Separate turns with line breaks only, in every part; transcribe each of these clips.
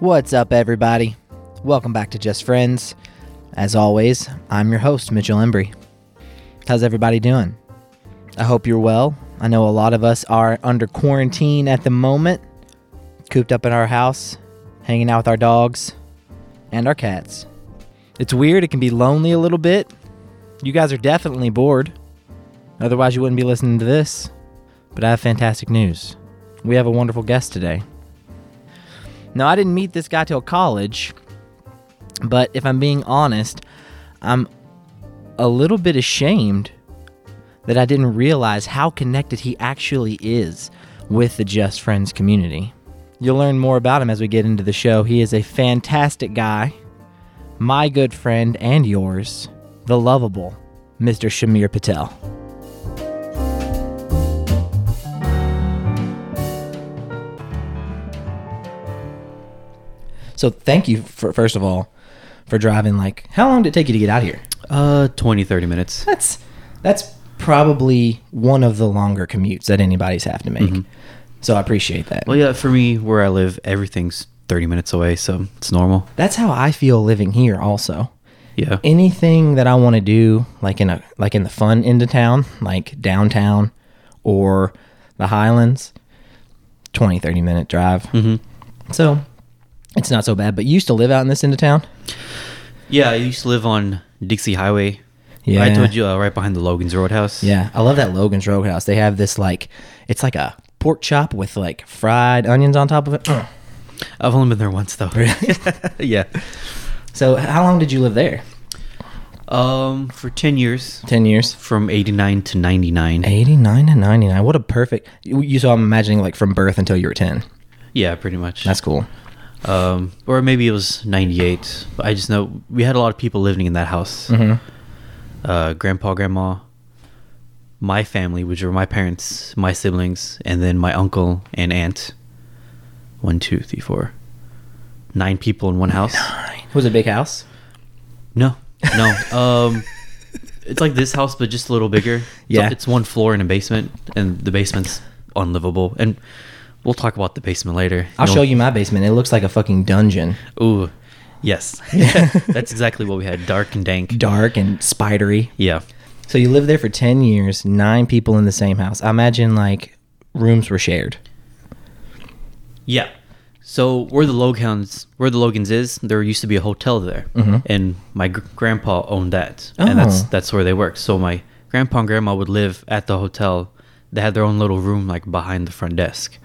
What's up, everybody? Welcome back to Just Friends. As always, I'm your host, Mitchell Embry. How's everybody doing? I hope you're well. I know a lot of us are under quarantine at the moment, cooped up in our house, hanging out with our dogs and our cats. It's weird, it can be lonely a little bit. You guys are definitely bored. Otherwise, you wouldn't be listening to this. But I have fantastic news. We have a wonderful guest today. Now, I didn't meet this guy till college, but if I'm being honest, I'm a little bit ashamed that I didn't realize how connected he actually is with the Just Friends community. You'll learn more about him as we get into the show. He is a fantastic guy, my good friend and yours, the lovable Mr. Shamir Patel. So, thank you for first of all for driving. Like, how long did it take you to get out here?
Uh, 20, 30 minutes.
That's that's probably one of the longer commutes that anybody's have to make. So I appreciate that.
Well, yeah, for me, where I live, everything's 30 minutes away, so it's normal.
That's how I feel living here also.
Yeah.
Anything that I want to do like in a like in the fun end of town, like downtown or the Highlands, 20 30 minute drive. Mm-hmm. So it's not so bad, but you used to live out in this end of town?
yeah, I used to live on Dixie Highway.
Yeah.
I told you uh, right behind the Logan's Roadhouse.
Yeah, I love that Logan's Roadhouse. They have this like, it's like a pork chop with like fried onions on top of it. Mm.
I've only been there once, though. yeah.
So, how long did you live there?
Um, for 10 years,
Ten years.
from 89 to 99.
Eighty-nine to ninety-nine. What a perfect. You you saw. I'm imagining like from birth until you were ten.
Yeah, pretty much.
That's cool.
um, or maybe it was 98. But I just know we had a lot of people living in that house.
Mm-hmm.
Uh, grandpa, grandma, my family, which were my parents, my siblings, and then my uncle and aunt. One, two, three, four. Nine people in one house.
Was it a big house?
No, no. Um, it's like this house, but just a little bigger. It's-
Yeah.
it's one floor and a basement, and the basement's unlivable. And we'll talk about the basement later.
I'll
You'll-
show you my basement. It looks like a fucking dungeon,
Ooh, yes, that's exactly what we had. Dark and dank.
dark and spidery.
Yeah,
So you lived there for ten years. Nine people in the same house. I imagine like rooms were shared.
yeah. So where the Logans, where the Logans is, there used to be a hotel there, and my gr- grandpa owned that, and that's
Oh.
that's where they worked. So my grandpa and grandma would live at the hotel. They had their own little room like behind the front desk,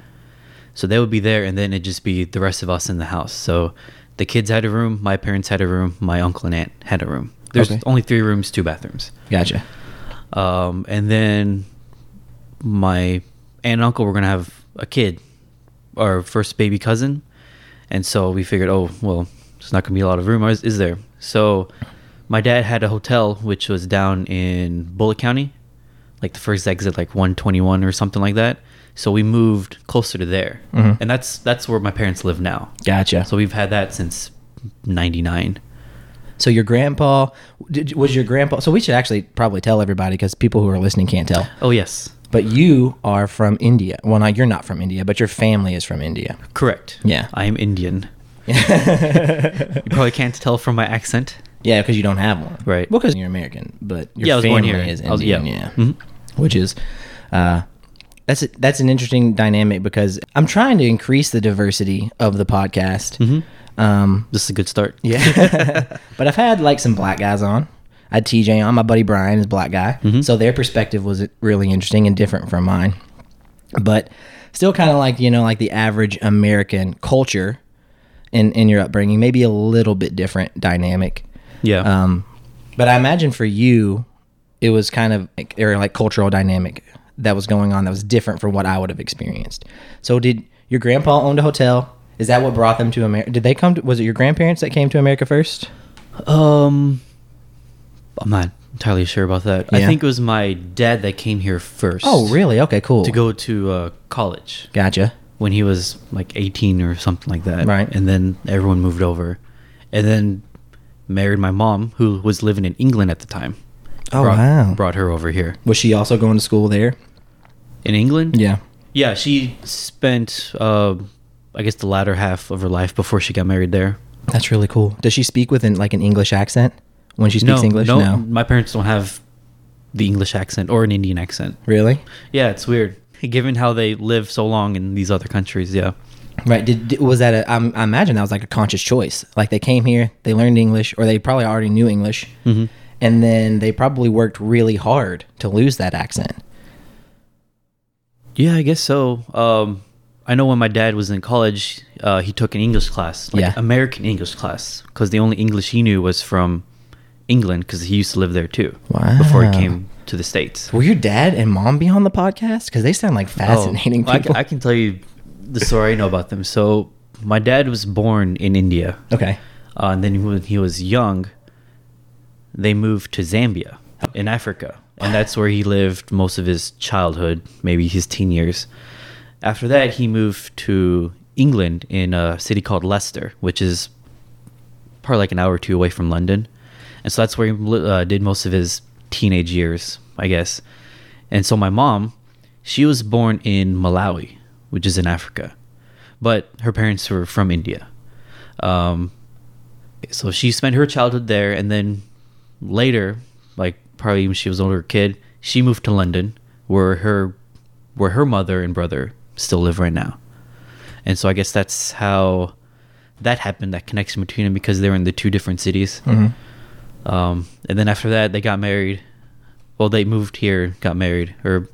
so they would be there, and then it'd just be the rest of us in the house. So the kids had a room, my parents had a room, my uncle and aunt had a room. There's
Okay.
only three rooms, two bathrooms.
Gotcha.
Um, and then my aunt and uncle were gonna have a kid, our first baby cousin, and so we figured, oh well, there's not gonna be a lot of room, is, is there? So my dad had a hotel which was down in Bullitt County, like the first exit, like 121 or something like that. So we moved closer to there, and that's that's where my parents live now.
Gotcha.
So we've had that since '99.
So your grandpa did, was your grandpa. So we should actually probably tell everybody because people who are listening can't tell.
Oh yes,
But you are from India. Well, not you're not from India, but your family is from India.
correct.
Yeah.
I am Indian. You probably can't tell from my accent.
yeah, because you don't have one,
Right.
Because you're American, but your
Yeah, I was born
family
here.
is
I was-
Indian.
yeah. Mm-hmm.
yeah, which is uh, that's a, that's an interesting dynamic because I'm trying to increase the diversity of the podcast.
Mm-hmm.
Um,
This is a good start.
Yeah. but I've had like some black guys on. I had TJ on. My buddy Brian is a black guy. So their perspective was really interesting and different from mine. But still kind of like, you know, like the average American culture in, in your upbringing, maybe a little bit different dynamic.
Yeah.
Um, but I imagine for you, it was kind of like, or like cultural dynamic that was going on that was different from what I would have experienced. So did your grandpa owned a hotel? Is that what brought them to America? Did they come? To, was it your grandparents that came to America first?
um, I'm not entirely sure about that. I
Yeah.
think it was my dad that came here first.
Oh, really? Okay, cool.
To go to uh, college
Gotcha.
when he was like 18 or something like that.
Right.
And then everyone moved over, and then married my mom, who was living in England at the time.
Oh
brought,
wow.
Brought her over here
Was she also going to school there?
in England.
Yeah.
Yeah, she spent uh, I guess the latter half of her life before she got married there.
That's really cool. Does she speak with an, like an English accent when she
no,
speaks English?
no, my parents don't have the English accent or an Indian accent.
Really?
Yeah, it's weird. Given how they live so long in these other countries, yeah.
Right. Did, did- was that a, I'm- I imagine that was like a conscious choice. Like they came here, they learned English, or they probably already knew English,
Mm-hmm.
and then they probably worked really hard to lose that accent.
Yeah, I guess so. Um, I know when my dad was in college, uh, he took an English class, like
Yeah.
American English class, because the only English he knew was from England, because he used to live there too. Before
Wow.
he came to the States.
Will your dad and mom be on the podcast? Because they sound like fascinating
Oh, I,
people.
can, I can tell you the story I know about them. So my dad was born in India,
okay.
uh, and then when he was young, they moved to Zambia in Africa, and that's where he lived most of his childhood, maybe his teen years. After that, he moved to England in a city called Leicester, which is probably like an hour or two away from London, and so that's where he li- uh, did most of his teenage years, I guess. And so my mom, she was born in Malawi, which is in Africa, but her parents were from India. Um, so she spent her childhood there, and then later, like probably when she was an older kid, she moved to London, where her where her mother and brother still live right now. And so I guess that's how that happened, that connection between them, because they were in the two different cities.
Mm-hmm.
Um, and then after that, they got married. Well, they moved here, got married, or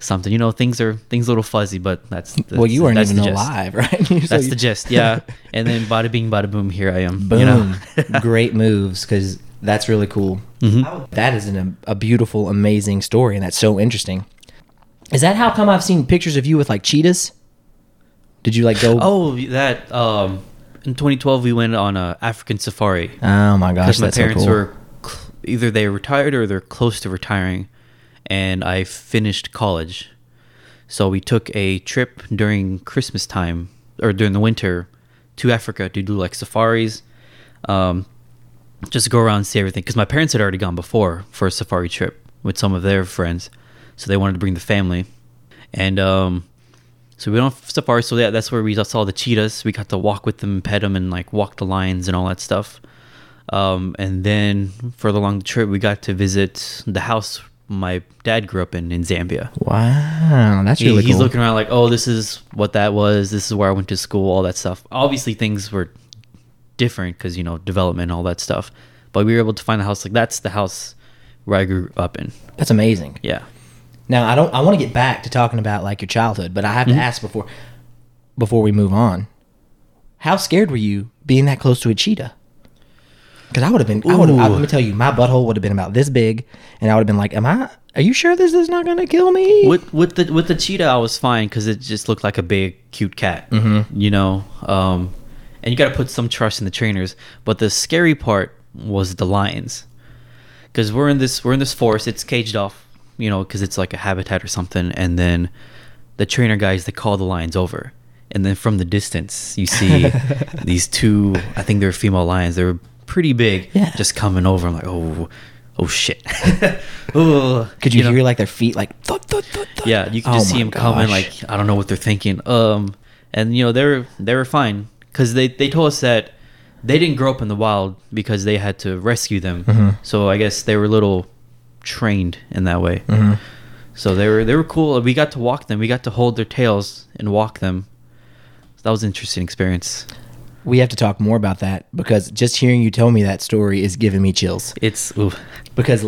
something. You know, things are things a little fuzzy, but that's, that's
well, you weren't
that's
even
the gist.
alive, right? You- so
That's
you-
the gist, yeah. and then bada bing, bada boom, here I am.
Boom.
You know? Mm-hmm.
Great moves because that's really cool. That is an, a beautiful, amazing story, and that's so interesting. Is that how come I've seen pictures of you with like cheetahs? Did you like go?
Oh, that um, in 2012 we went on a African safari
Oh my gosh,
because my
that's so
parents
cool.
were cl- either they retired or they're close to retiring, and I finished college, so we took a trip during Christmas time or during the winter to Africa to do like safaris, um, just to go around and see everything because my parents had already gone before for a safari trip with some of their friends, so they wanted to bring the family, and um, so we went on safari. So yeah, that's where we saw the cheetahs. We got to walk with them, pet them, and like walk the lions and all that stuff. Um, and then further along the trip, we got to visit the house my dad grew up in in Zambia.
Wow, that's really
He- he's
cool.
looking around like, oh, this is what that was. This is where I went to school. All that stuff. Obviously, things were different because you know development, all that stuff. But we were able to find the house like that's the house where I grew up in.
that's amazing.
Yeah.
Now I don't. I want to get back to talking about like your childhood, but I have
Mm-hmm.
to ask before before we move on. How scared were you being that close to a cheetah? Because I would have been. I would. Let
Ooh.
me tell you, my butthole would have been about this big, and I would have been like, "Am I? Are you sure this is not going to kill me?"
with with the with the cheetah, I was fine because it just looked like a big cute cat. Mm-hmm. You know, um, and you got to put some trust in the trainers. But the scary part was the lions, because we're in this we're in this forest. It's caged off, you know, because it's like a habitat or something. And then the trainer guys they call the lions over, and then from the distance you see these two. I think they're female lions. They were pretty big,
Yeah.
just coming over. I'm like, oh. Oh shit! oh,
Could you,
know?
hear like their feet like thud thud thud? thud?
Yeah, you can
Oh
just see
my
them coming. Like
gosh.
I don't know what they're thinking. Um, and you know they were they were fine because they they told us that they didn't grow up in the wild because they had to rescue them.
Mm-hmm.
So I guess they were a little trained in that way.
Mm-hmm.
So they were they were cool. We got to walk them. We got to hold their tails and walk them. So that was an interesting experience.
we have to talk more about that because just hearing you tell me that story is giving me chills.
It's ooh,
Because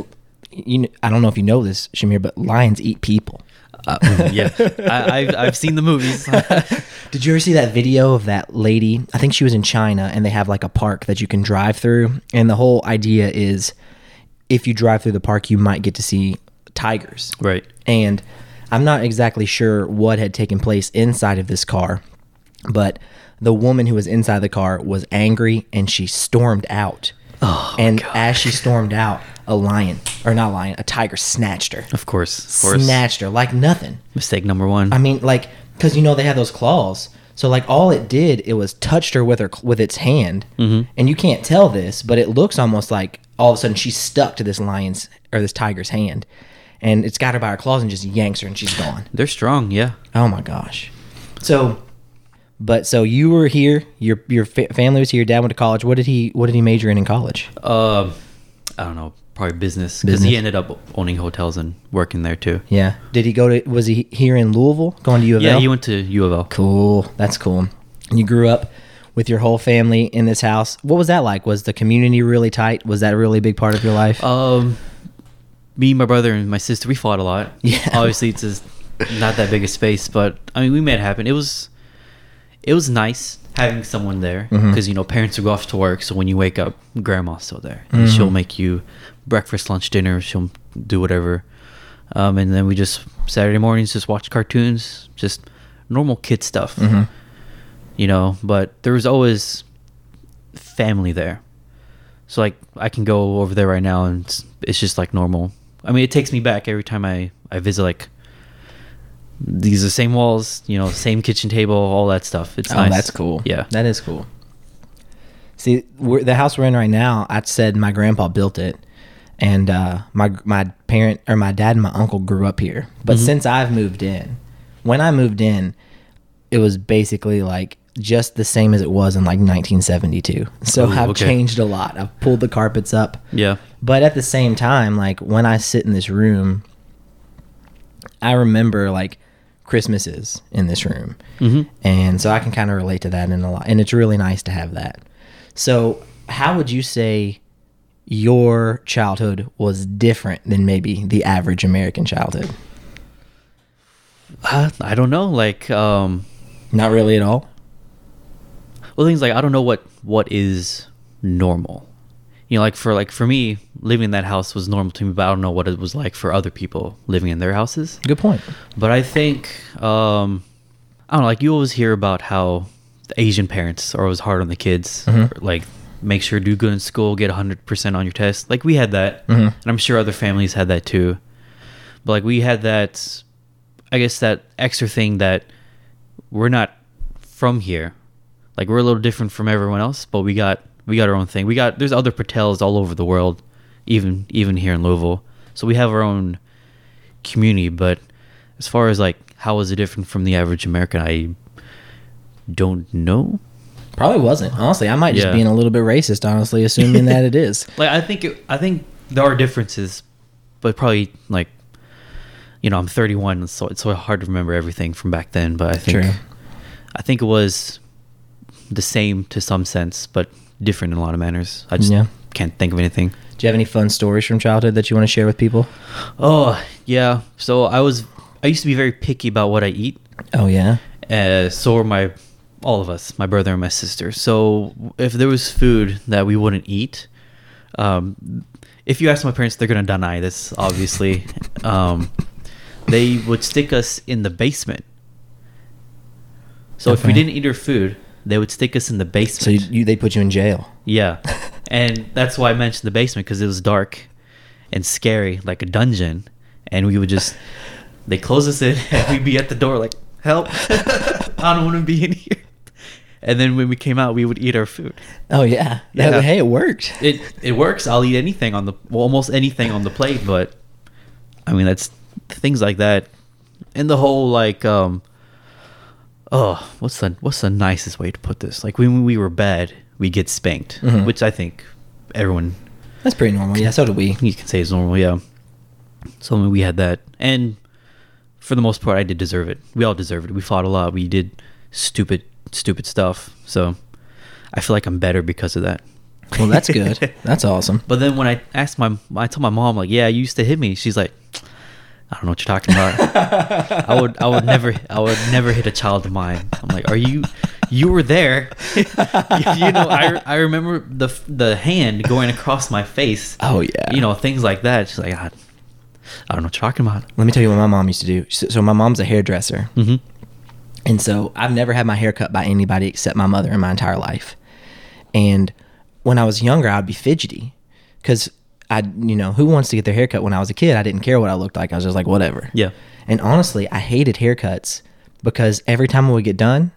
you, kn- I don't know if you know this, Shamir, but lions eat people.
uh, mm, yeah. I, I've I've seen the movies.
Did you ever see that video of that lady? I think she was in China and they have like a park that you can drive through. And the whole idea is if you drive through the park, you might get to see tigers.
right.
And I'm not exactly sure what had taken place inside of this car, but the woman who was inside the car was angry and she stormed out.
Oh,
and as she stormed out, a lion, or not a lion, a tiger snatched her.
Of course. Of course.
Snatched her like nothing.
Mistake number one.
I mean, like, because you know they have those claws. So like, all it did it was touched her with her with its hand,
Mm-hmm.
and you can't tell this, but it looks almost like all of a sudden she's stuck to this lion's or this tiger's hand, and it's got her by her claws and just yanks her and she's gone.
They're strong. Yeah.
Oh my gosh! Oh So But so you were here. Your your fa- family was here. Your dad went to college. What did he What did he major in in college?
Um, I don't know, probably business because
Business.
he ended up owning hotels and working there too.
Yeah. Did he go to Was he here in Louisville? Going to U of
Yeah,
L?
he went to U of L.
Cool. That's cool. And you grew up with your whole family in this house. What was that like? Was the community really tight? Was that a really big part of your life?
Um, me, my brother, and my sister, we fought a lot.
Yeah.
Obviously, it's just not that big a space, but I mean, we made it happen. It was, it was nice having someone there because
Mhm.
you know parents will go off to work, so when you wake up, grandma's still there. And
Mhm.
She'll make you breakfast, lunch, dinner. She'll do whatever, um, and then we just Saturday mornings just watch cartoons, just normal kid stuff
Mhm.
you know but there was always family there so like i can go over there right now and it's, it's just like normal i mean it takes me back every time i i visit like these are the same walls you know same kitchen table all that stuff it's
oh,
nice
that's cool.
yeah
that is cool. See, we're, the house we're in right now, I said my grandpa built it, and uh, my my parent or my dad and my uncle grew up here. But
Mhm.
since I've moved in, when I moved in, it was basically like just the same as it was in like 1972. So
Ooh,
I've
okay.
changed a lot. I've pulled the carpets up.
yeah
But at the same time, like when I sit in this room, I remember like Christmases in this room.
Mhm.
And so I can kind of relate to that in a lot. And it's really nice to have that. So, how would you say your childhood was different than maybe the average American childhood?
uh, i don't know like um
Not really at all.
well things like i don't know what what is normal you know like for like for me living in that house was normal to me but i don't know what it was like for other people living in their houses
Good point.
But I think um, I don't know. Like you always hear about how the Asian parents are always hard on the kids.
Mhm.
Like make sure do good in school, get hundred percent on your test. Like we had that,
Mhm.
and I'm sure other families had that too. But like we had that, I guess that extra thing that we're not from here. Like we're a little different from everyone else, but we got we got our own thing. We got there's other Patels all over the world, even even here in Louisville. So we have our own community. But as far as like how is it different from the average American, I don't know.
Probably wasn't. Honestly, I might just
Yeah.
being a little bit racist, honestly, assuming that it is.
Like I think it, I think there are differences, but probably like you know I'm 31, so it's so hard to remember everything from back then. But I think
True.
I think it was the same to some sense, but different in a lot of manners. I just
Yeah.
can't think of anything.
Do you have any fun stories from childhood that you want to share with people?
Oh yeah, so I was I used to be very picky about what I eat.
Oh, yeah.
uh, so were my all of us, my brother and my sister. So if there was food that we wouldn't eat, um, if you ask my parents, they're gonna deny this. Obviously, um, they would stick us in the basement. So if we
Okay.
didn't eat our food, they would stick us in the basement.
So you, you, they put you in jail.
Yeah. And that's why I mentioned the basement because it was dark and scary, like a dungeon. And we would just, they close us in and we'd be at the door, like, help. I don't want to be in here. And then when we came out, we would eat our food.
Oh yeah. That-
Yeah.
hey, it worked.
It, it works. I'll eat anything on the, well, almost anything on the plate, but I mean, that's things like that. And the whole, like, um, oh, what's the what's the nicest way to put this? Like when we were bad, we get spanked,
Mhm.
which I think everyone
That's pretty normal. Yeah, so do we.
you can say it's normal, yeah. So I mean, we had that, and for the most part, I did deserve it. We all deserved it. We fought a lot. We did stupid, stupid stuff. So I feel like I'm better because of that.
Well, that's good. that's awesome.
But then when I asked my, I told my mom like, "Yeah, you used to hit me." She's like, "I don't know what you're talking about. I would, I would never, I would never hit a child of mine." I'm like, "Are you? You were there. you know, I, I remember the the hand going across my face.
Oh, yeah.
you know things like that. She's like, "I, I don't know what you're talking about."
Let me tell you what my mom used to do. So, so my mom's a hairdresser,
hmm
and so I've never had my hair cut by anybody except my mother in my entire life. And when I was younger, I'd be fidgety because I, you know, who wants to get their hair cut? When I was a kid, I didn't care what I looked like. I was just like, whatever.
Yeah.
And honestly, I hated haircuts because every time I would get done,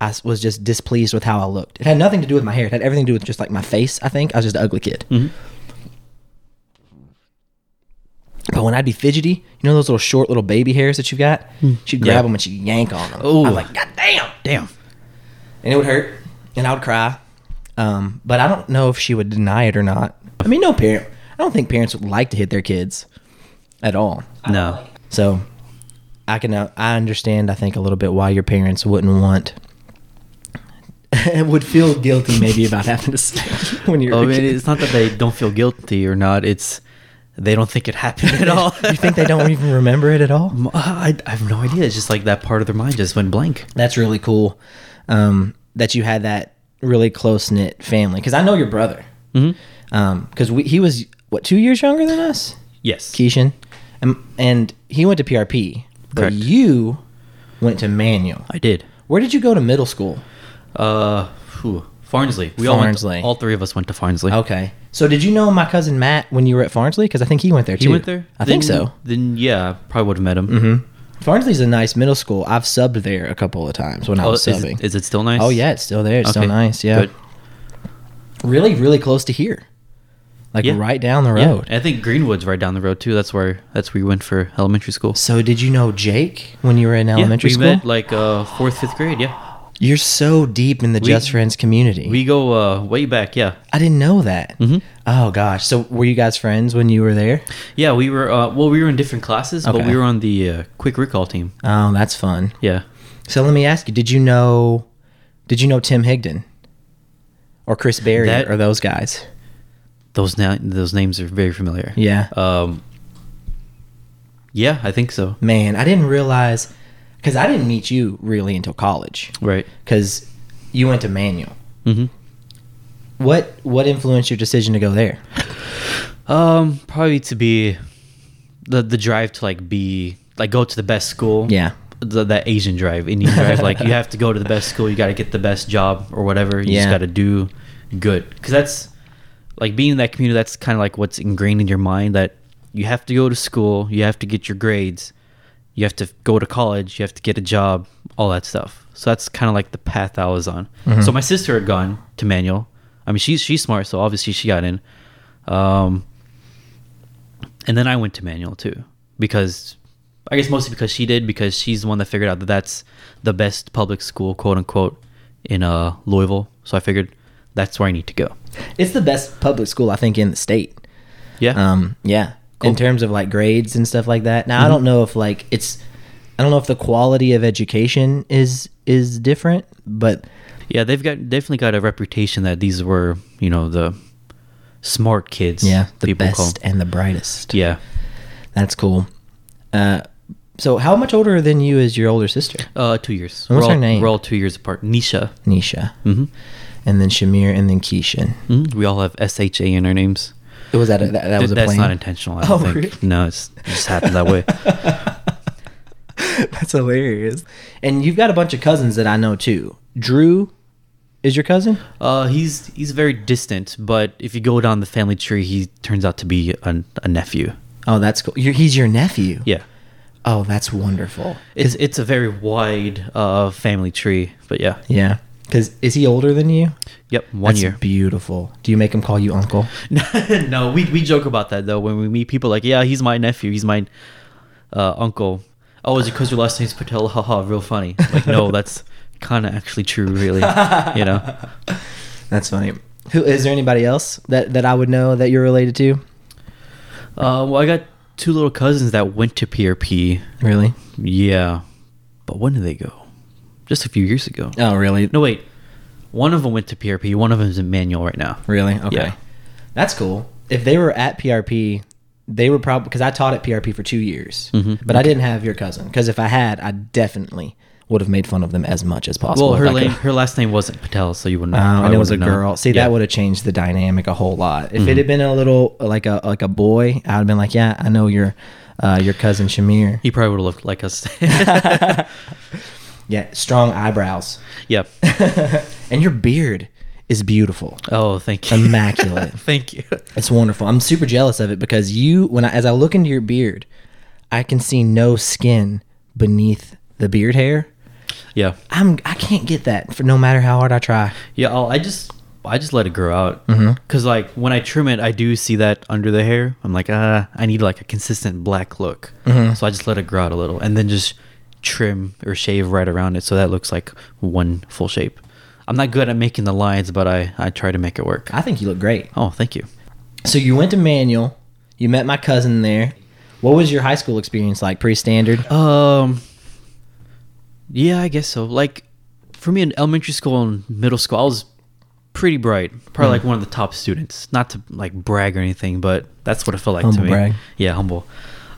I s- was just displeased with how I looked. It had nothing to do with my hair. It had everything to do with just like my face. I think I was just an ugly kid.
Mhm.
But when I'd be fidgety, you know those little short little baby hairs that you've got, she'd grab
Hmm. Yeah.
them and she'd yank on them.
Ooh.
I'm like, God damn!
Damn.
and it would hurt, and I would cry. Um, but I don't know if she would deny it or not. I mean, no parent. I don't think parents would like to hit their kids at all.
No.
So I can uh, I understand I think a little bit why your parents wouldn't want and would feel guilty maybe about having to say when you're
I
a
mean,
kid.
Oh, it's not that they don't feel guilty or not. It's they don't think it happened at all.
you think they don't even remember it at all?
uh, I, I have no idea. It's just like that part of their mind just went blank.
That's really cool um, that you had that really close knit family because I know your brother because we he was what two years younger than us,
Yes.
Keishan, and, and he went to PRP, but
Correct.
you went to Manual.
I did.
Where did you go to middle school?
Uh, whew, Farnsley. We all went-
Farnsley. Oh,
all three of us went to Farnsley.
Okay. So did you know my cousin Matt when you were at Farnsley? Because I think he went there too.
He went there. Mm-hmm.
I think
Then-
so. Mm-hmm.
Then yeah, probably would have met him.
Farnsley's a nice middle school. I've subbed there a couple of times when I
Oh,
was
is,
subbing.
it, is it still nice?
oh yeah, it's still there. It's still
Okay,
nice. Yeah.
good.
Really, really close to here. Like
Yeah.
right down the
Yeah,
road.
I think Greenwood's right down the road too. That's where that's where you went for elementary school.
So did you know Jake when you were in elementary
yeah, we
school?
met like uh, fourth, fifth grade. Yeah,
You're so deep in the Just Friends community.
we Mm. go uh, way back. Yeah,
I didn't know that. Oh gosh. So were you guys friends when you were there?
yeah, we were. Uh, well, we were in different classes, but
Okay.
we were on the uh, quick recall team.
Oh, that's fun.
Yeah,
So let me ask you: Did you know? Did you know Tim Higdon or Chris Berry
That-
or those guys?
those na- those names are very familiar.
Yeah.
Um. Yeah, I think so.
Man, I didn't realize because I didn't meet you really until college
Right.
because you went to Manual.
hmm
What what influenced your decision to go there?
Um, probably to be the the drive to like be like go to the best school.
Yeah.
the, that Asian drive, Indian drive. like you have to go to the best school, you got to get the best job or whatever. You
Yeah.
just got to do good because that's like being in that community. That's kind of like what's ingrained in your mind that you have to go to school, you have to get your grades, you have to go to college, you have to get a job, all that stuff. So that's kind of like the path I was on. So my sister had gone to Manual. I mean, she's she's smart, so obviously she got in. Um, and then I went to manual too because I guess mostly because she did because she's the one that figured out that that's the best public school quote unquote in uh Louisville. So I figured that's where I need to go.
It's the best public school I think in the state.
Yeah. Mm-hmm.
Um, yeah. In terms of like grades and stuff like that. Now I don't know if like it's I don't know if the quality of education is is different, but
yeah, they've got definitely got a reputation that these were, you know, the smart kids.
yeah, the best
'em.
and the brightest.
Yeah.
That's cool. Uh, so how much older than you is your older sister,
Uh, two years.
And what's
we're
her
all,
name?
We're all two years apart. Nisha.
Nisha?
Mhm.
And then Shamir and then Keishan.
Mhm. We all have S H A in our names.
It was that a, that, that was a
That's
plane.
not intentional. I don't
Oh,
think.
really?
No, it's, it just happened that way.
That's hilarious. And you've got a bunch of cousins that I know too. Drew is your cousin?
Uh, he's he's very distant, but if you go down the family tree, he turns out to be a, a nephew.
Oh, that's cool. you he's your nephew.
Yeah,
Oh, that's wonderful.
it's it's a very wide uh family tree, but yeah,
Yeah. Cause is he older than you?
yep, one
That's
year.
Beautiful. Do you make him call you uncle?
no, we we joke about that though when we meet people like, yeah, he's my nephew, he's my uh, uncle. Oh, is it because your last name's Patel? Haha, real funny. Like, no, that's kind of actually true, really. You know,
That's funny. Who is there anybody else that that I would know that you're related to?
uh, well, I got two little cousins that went to PRP.
Really?
Yeah, but when did they go? Just a few years ago.
Oh, really?
No, wait. One of them went to PRP. One of them's in manual right now.
Really? Okay.
Yeah.
That's cool. If they were at PRP, they were probably because I taught at PRP for two years, but I didn't have your cousin because if I had, I definitely would have made fun of them as much as possible.
Well,
if
her
I could.
name, her last name wasn't Patel, so you wouldn't.
Um,
probably
and it was a
wouldn't know.
girl. See,
Yeah.
that would have changed the dynamic a whole lot. If it had been a little like a like a boy, I'd have been like, yeah, I know your uh, your cousin Shamir.
He probably would have looked like us.
Yeah, strong eyebrows,
yep.
and your beard is beautiful,
Oh, thank you.
immaculate.
thank you.
It's wonderful. I'm super jealous of it because you, when I, as I look into your beard, I can see no skin beneath the beard hair.
Yeah.
I'm I can't get that for no matter how hard I try.
Yeah. I'll, I just, I just let it grow out. Mm-hmm. Cause like when I trim it, I do see that under the hair. I'm like, ah, I need like a consistent black look. So I just let it grow out a little, and then just trim or shave right around it, so that looks like one full shape. I'm not good at making the lines, but I I try to make it work.
I think you look great.
Oh, thank you.
So you went to Manual. You met my cousin there. What was your high school experience like? Pretty standard.
Um, yeah, I guess so. Like for me in elementary school and middle school, I was pretty bright, probably like one of the top students. Not to like brag or anything, but that's what it felt like
Humble
to me.
brag.
Yeah, humble.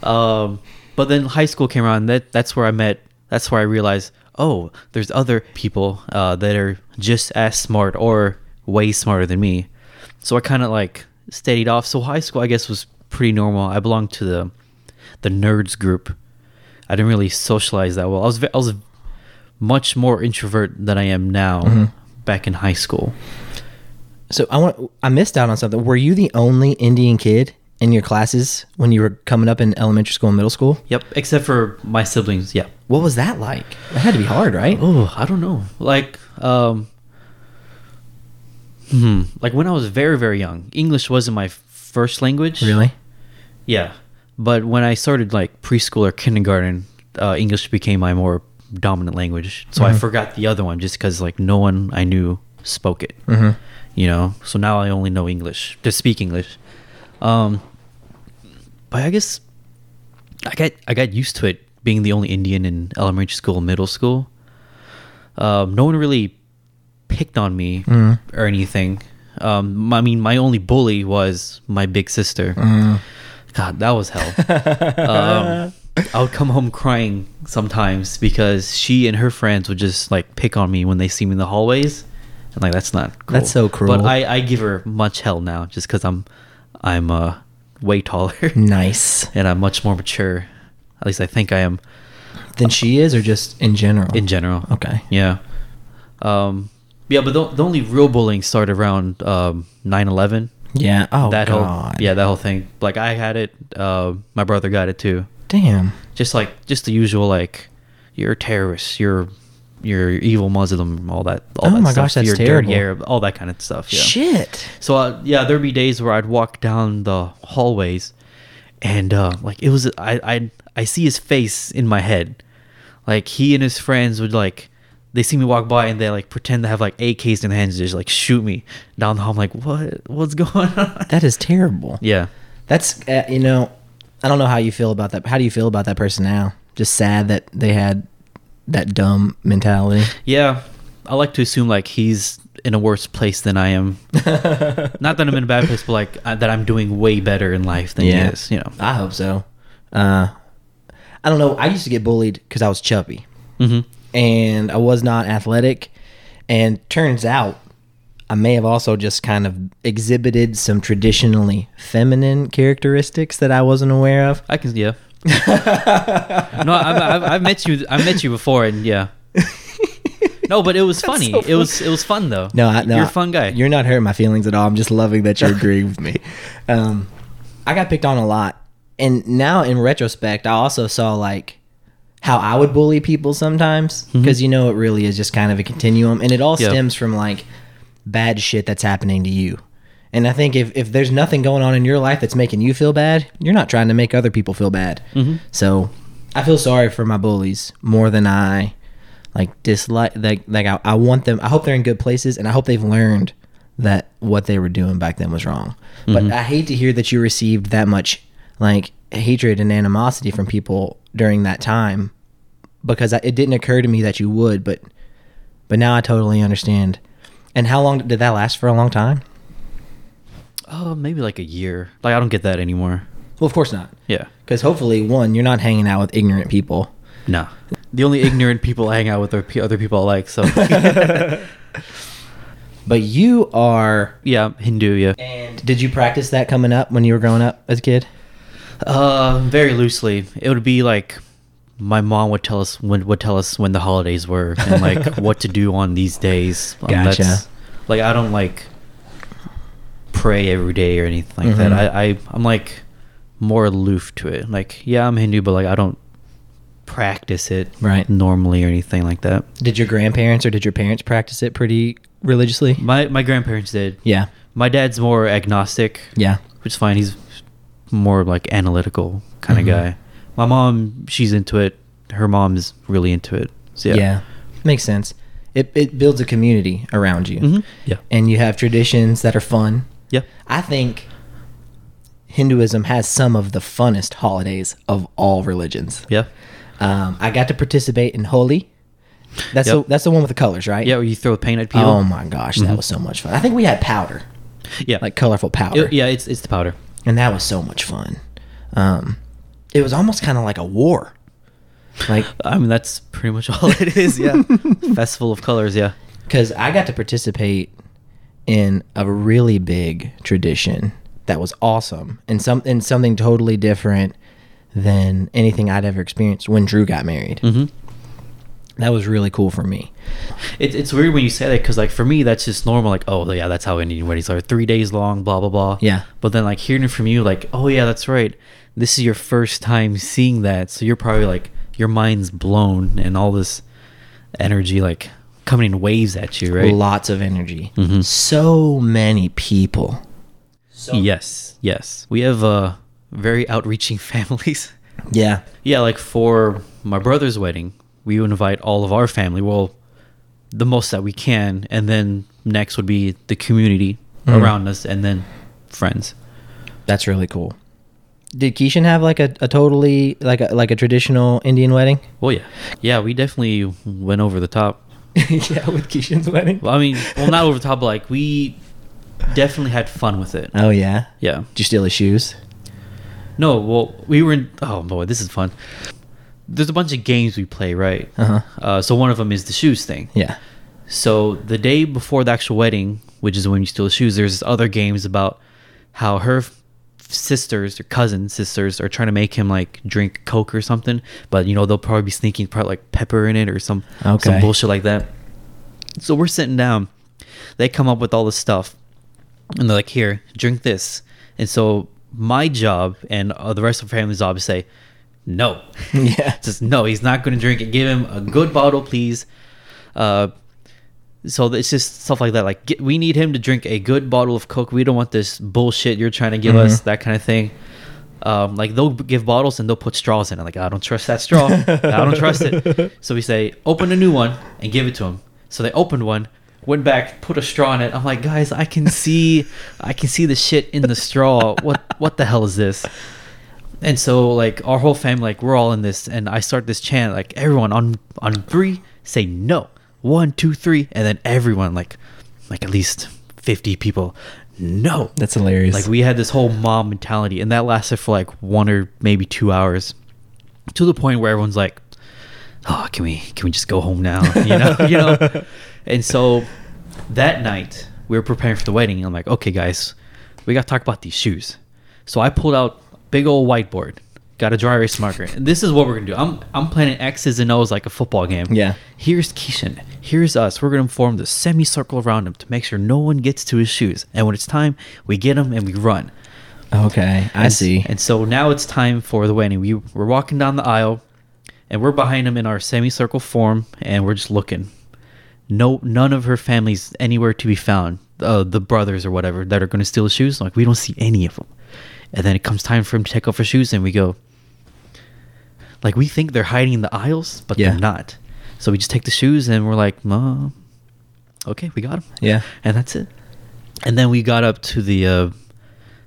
Um, but then high school came around. That that's where I met. That's where I realized, oh, there's other people uh, that are just as smart or way smarter than me. So I kind of like steadied off. So high school, I guess, was pretty normal. I belonged to the the nerds group. I didn't really socialize that well. I was ve- I was much more introvert than I am now.
Mm-hmm.
Back in high school,
So I want I missed out on something. Were you the only Indian kid in your classes when you were coming up in elementary school and middle school?
Yep, except for my siblings. Yeah.
What was that like? It had to be hard, right?
Oh, I don't know. Like, um, hmm, like when I was very, very young, English wasn't my first language.
Really?
Yeah. But when I started like preschool or kindergarten, uh, English became my more dominant language. So I forgot the other one just because like no one I knew spoke it. Mm-hmm. You know, so now I only know English to speak English. Um, but I guess I got I got used to it being the only Indian in elementary school, and middle school. Um, no one really picked on me or anything. Um, I mean, my only bully was my big sister.
Mm-hmm. Mm.
God, that was hell. um, I would come home crying sometimes because she and her friends would just like pick on me when they see me in the hallways, and like that's not cool.
That's so cruel.
But I, I give her much hell now just because I'm I'm uh, way taller
Nice.
and I'm much more mature. At least I think I am
Than she is, or just in general?
in general.
Okay.
Yeah. Um, yeah, but the, the only real bullying started around um, 9-11.
Yeah. Oh
that
God.
whole yeah, that whole thing. Like I had it. Uh, my brother got it too.
Damn.
Just like just the usual like you're a terrorist. You're you're evil Muslim. All that. All
Oh
that
my
stuff.
gosh, that's
you're
terrible.
Dirty Arab. All that kind of stuff. Yeah.
Shit.
So uh, yeah, there'd be days where I'd walk down the hallways, and uh, like it was, I I I see his face in my head, like he and his friends would like, they see me walk by and they like pretend to have like AKs in their hands, and just like shoot me down the hall. I'm like, what? What's going on?
That is terrible.
yeah,
That's uh, you know, I don't know how you feel about that. How do you feel about that person now? Just sad that they had that dumb mentality.
yeah. I like to assume like he's in a worse place than I am. Not that I'm in a bad place, but like I, that I'm doing way better in life than he is. You know.
I hope so. Uh, I don't know. I used to get bullied because I was chubby
Mm-hmm.
and I was not athletic. And turns out, I may have also just kind of exhibited some traditionally feminine characteristics that I wasn't aware of.
I can, yeah. no, I've, I've, I've met you. I met you before, and yeah. No, but it was funny.
so
It was it was fun though.
No, I, no,
you're a fun guy.
You're not hurting my feelings at all. I'm just loving that you're agreeing with me. Um, I got picked on a lot, and now in retrospect, I also saw like how I would bully people sometimes
Mm-hmm.
because you know it really is just kind of a continuum, and it all
Yeah.
stems from like bad shit that's happening to you. And I think if, if there's nothing going on in your life that's making you feel bad, you're not trying to make other people feel bad. So I feel sorry for my bullies more than I like dislike like like I, I want them I hope they're in good places and I hope they've learned that what they were doing back then was wrong. But I hate to hear that you received that much like hatred and animosity from people during that time because I, it didn't occur to me that you would, but but now I totally understand. And how long did that last for a long time?
oh, maybe like a year. Like I don't get that anymore.
Well, of course not.
Yeah.
Because hopefully, one, you're not hanging out with ignorant people.
No. The only ignorant people I hang out with are p- other people I like. So
But you are.
yeah, Hindu. Yeah.
And did you practice that coming up when you were growing up as a kid?
Uh, very loosely. It would be like my mom would tell us when would tell us when the holidays were and like what to do on these days. Um,
Gotcha.
like I don't like pray every day or anything like that.
Mhm.
I, I I'm like more aloof to it. Like yeah, I'm Hindu, but like I don't practice it
Right.
normally or anything like that.
Did your grandparents or did your parents practice it pretty religiously?
My my grandparents did.
Yeah.
My dad's more agnostic.
Yeah.
which is fine. He's more like analytical kind of
Mhm.
guy. My mom, she's into it. Her mom's really into it. So, yeah.
Makes sense. It, it builds a community around you.
Mhm. Yeah.
And you have traditions that are fun.
Yeah.
I think Hinduism has some of the funnest holidays of all religions.
Yeah.
Um, I got to participate in Holi. That's
Yep.
the, that's the one with the colors, right?
Yeah. Where you throw paint at people.
Oh my gosh,
Mm-hmm.
that was so much fun. I think we had powder,
yeah.
like colorful powder,
It- yeah. It's it's the powder.
and that was so much fun. Um, it was almost kind of like a war. Like
I mean, that's pretty much all it is. Yeah. Festival of colors. Yeah.
because I got to participate in a really big tradition that was awesome and some and something totally different than anything I'd ever experienced when Drew got married.
Mm-hmm.
That was really cool for me.
It's it's weird when you say that because like for me that's just normal. Like oh yeah, that's how Indian weddings are. Three days long. Blah blah blah.
Yeah.
But then like hearing it from you, like oh yeah, that's right. This is your first time seeing that, so you're probably like your mind's blown and all this energy like coming in waves at you, right?
Lots of energy.
Mhm.
So many people.
Yes, yes. We have uh, very outreaching families.
Yeah.
Yeah, like for my brother's wedding, we would invite all of our family. Well, the most that we can, and then next would be the community
Mm.
around us, and then friends.
That's really cool. Did Keishan have like a, a totally like a like a traditional Indian wedding?
Well, yeah, yeah. We definitely went over the top.
yeah, with Keishan's wedding.
Well, I mean, well, not over the top. but, Like we definitely had fun with it.
Oh yeah.
Yeah.
Did you steal his shoes?
No. Well, we were in. Oh boy, this is fun. There's a bunch of games we play, right?
Uh-huh.
Uh, so one of them is the shoes thing.
Yeah.
So the day before the actual wedding, which is when you steal the shoes, there's other games about how her f- sisters or cousin sisters are trying to make him like drink coke or something, but you know they'll probably be sneaking probably like pepper in it or some
Okay.
some bullshit like that. So we're sitting down. They come up with all this stuff, and they're like, "Here, drink this." And so my job and uh, the rest of the family's job is say, "No,
Yeah.
just no, he's not going to drink it. Give him a good bottle, please. Uh, so it's just stuff like that. Like get, we need him to drink a good bottle of Coke. We don't want this bullshit you're trying to give us.
Mhm.
That kind of thing. Um, like they'll give bottles and they'll put straws in it. Like I don't trust that straw. I don't trust it. So we say open a new one and give it to him. So they opened one, went back, put a straw in it. I'm like, guys, I can see, I can see the shit in the straw. What what the hell is this? And so like our whole family, like we're all in this, and I start this chant, like everyone on on three, say no. One, two, three, and then everyone, like like at least fifty people, no.
That's hilarious.
Like we had this whole mom mentality, and that lasted for like one or maybe two hours, to the point where everyone's like, "Oh, can we can we just go home now?" You know, you know. And so that night we were preparing for the wedding. I'm like, "Okay, guys, we got to talk about these shoes." So I pulled out big old whiteboard, got a dry erase marker, and this is what we're gonna do. I'm I'm planning X's and O's like a football game.
Yeah.
Here's Keishan. Here's us. We're gonna form the semicircle around him to make sure no one gets to his shoes. And when it's time, we get him and we run.
okay, I
And-
see.
And so now it's time for the wedding. We we're walking down the aisle, and we're behind him in our semicircle form, and we're just looking. No, none of her family's anywhere to be found. Uh, the brothers or whatever that are going to steal his shoes. Like we don't see any of them. And then it comes time for him to take off his shoes, and we go. Like we think they're hiding in the aisles, but
Yeah.
they're not. So we just take the shoes, and we're like, "Mom, okay, we got him."
yeah.
and that's it. And then we got up to the uh,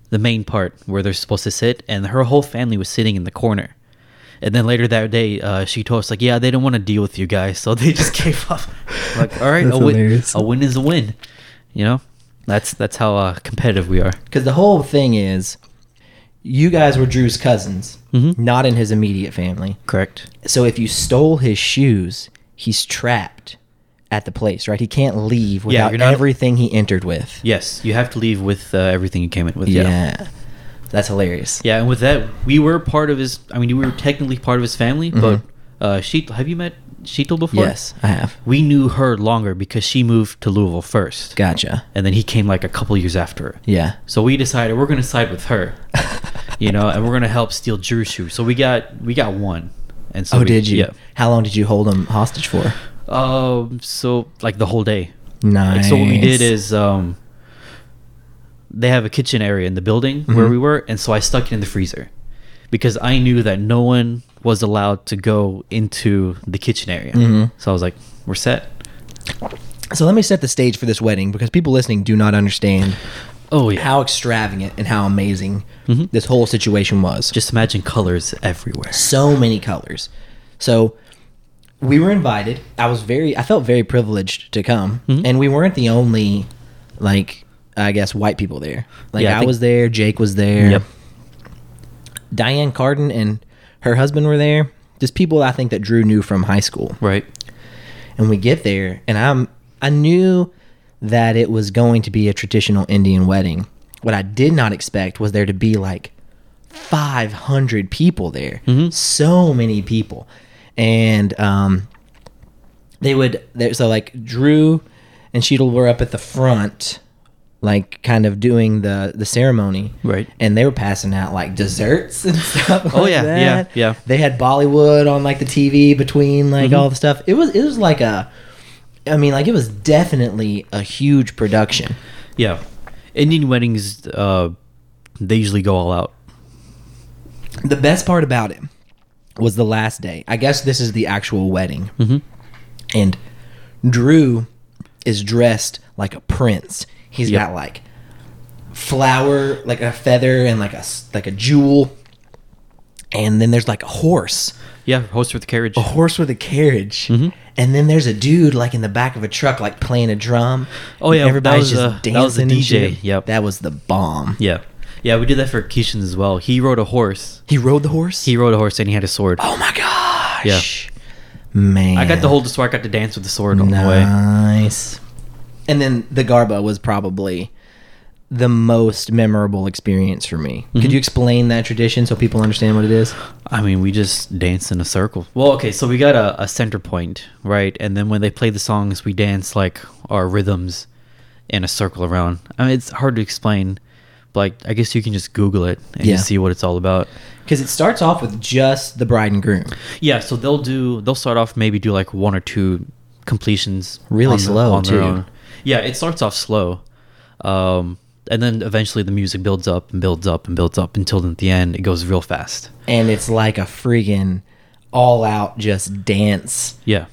the main part where they're supposed to sit, and her whole family was sitting in the corner. And then later that day, uh, she told us like, "Yeah, they didn't want to deal with you guys, so they just gave up." like, all right,
That's
a win,
hilarious.
a win is a win, you know. That's that's how uh, competitive we are.
Because the whole thing is, you guys were Drew's cousins,
Mhm.
not in his immediate family.
Correct.
So if you stole his shoes, he's trapped at the place, right? He can't leave
Yeah,
without
you're not-
everything he entered with.
Yes, you have to leave with uh, everything you came in with.
Yeah.
yeah.
That's hilarious.
Yeah, and with that, we were part of his. I mean, we were technically part of his family,
Mhm.
but uh, Sheetal. Have you met Sheetal before?
Yes, I have.
We knew her longer because she moved to Louisville first.
Gotcha.
And then he came like a couple years after her.
Yeah.
So we decided we're gonna side with her, you know, and we're gonna help steal Drew's shoe. So we got we got one. And so
oh,
we-
did you?
Yeah.
How long did you hold him hostage for?
Um. So like the whole day. Like,
Nice.
so what we did is um. They have a kitchen area in the building where
Mhm.
we were, and so I stuck it in the freezer, because I knew that no one was allowed to go into the kitchen area.
Mhm.
So I was like, "We're set."
So let me set the stage for this wedding because people listening do not understand
Oh yeah. Mm-hmm.
how extravagant and how amazing this whole situation was.
Just imagine colors everywhere.
so many colors. So we were invited. I was very, I felt very privileged to come,
Mm-hmm.
and we weren't the only, like, I guess white people there. Like
Yeah, I
I,
think-
was there, Jake was there,
Yep.
Diane Carden and her husband were there. Just people I think that Drew knew from high school.
Right.
And we get there, and I'm, I knew that it was going to be a traditional Indian wedding. What I did not expect was there to be like 500 people there. So many people. And um, they would, there- so like Drew and Sheetal were up at the front, like kind of doing the, the ceremony.
Right.
And they were passing out like desserts and stuff.
Oh,
like
yeah, yeah,
that.
yeah. Mm-hmm.
They had Bollywood on like the TV between like all the stuff. It was, it was like a, I mean, like it was definitely a huge production.
Yeah. Indian weddings, uh, they usually go all out.
The best part about it was the last day. I guess this is the actual wedding.
Mm-hmm.
And Drew is dressed like a prince. He's
Yep.
got like flower, like a feather, and like a s- like a jewel. And then there's like a horse,
Yeah, host with the carriage.
a horse with a carriage.
Mm-hmm.
And then there's a dude like in the back of a truck, like playing a drum.
Oh, yeah,
And
that was, uh, that was the
and
DJ,
shit.
yep.
that was the bomb.
Yeah. Yeah, we did that for Keishan as well. He rode a horse.
He rode the horse.
He rode a horse and he had a sword.
oh my gosh, man!
I got to hold the sword. I got to dance with the sword on the way.
Nice. And then the Garba was probably the most memorable experience for me.
Mm-hmm.
Could you explain that tradition so people understand what it is?
I mean, we just danced in a circle. Well, okay, so we got a, a center point, right? And then when they play the songs, we dance like our rhythms in a circle around. I mean, it's hard to explain. But like, I guess you can just Google it and
Yeah.
see what it's all about.
Because it starts off with just the bride and groom.
Yeah, so they'll do. They'll start off maybe do like one or two completions.
Really
the-
slow, too.
Yeah, it starts off slow, um, and then eventually the music builds up and builds up and builds up until at the end it goes real fast.
And it's like a friggin' all out just dance
Yeah,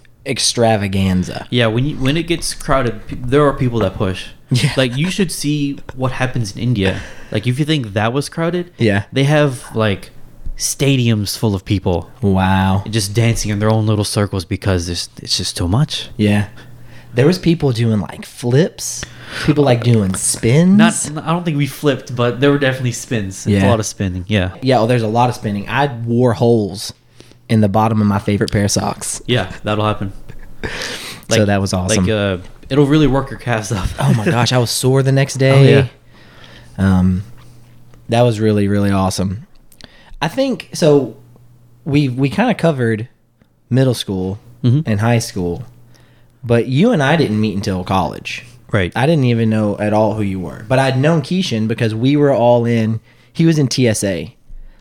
extravaganza.
yeah. When you, when it gets crowded, pe- there are people that push.
Yeah.
Like you should see what happens in India. Like if you think that was crowded,
Yeah.
they have like stadiums full of people
Wow.
just dancing in their own little circles because it's it's just too much.
Yeah. There was people doing like flips, people like doing spins.
Not, I don't think we flipped, but there were definitely spins. It's a
Yeah.
lot of spinning. Yeah,
yeah, oh, there's a lot of spinning. I wore holes in the bottom of my favorite pair of socks.
yeah, that'll happen.
So that was awesome.
Like, uh, it'll really work your calves up.
oh my gosh, I was sore the
Oh,
next day. Um, that was really really awesome. I think so. We we kind of covered middle school
Mm-hmm.
and high school, but you and I didn't meet until college.
right.
I didn't even know at all who you were, but I'd known Keishan because we were all in. He was in TSA,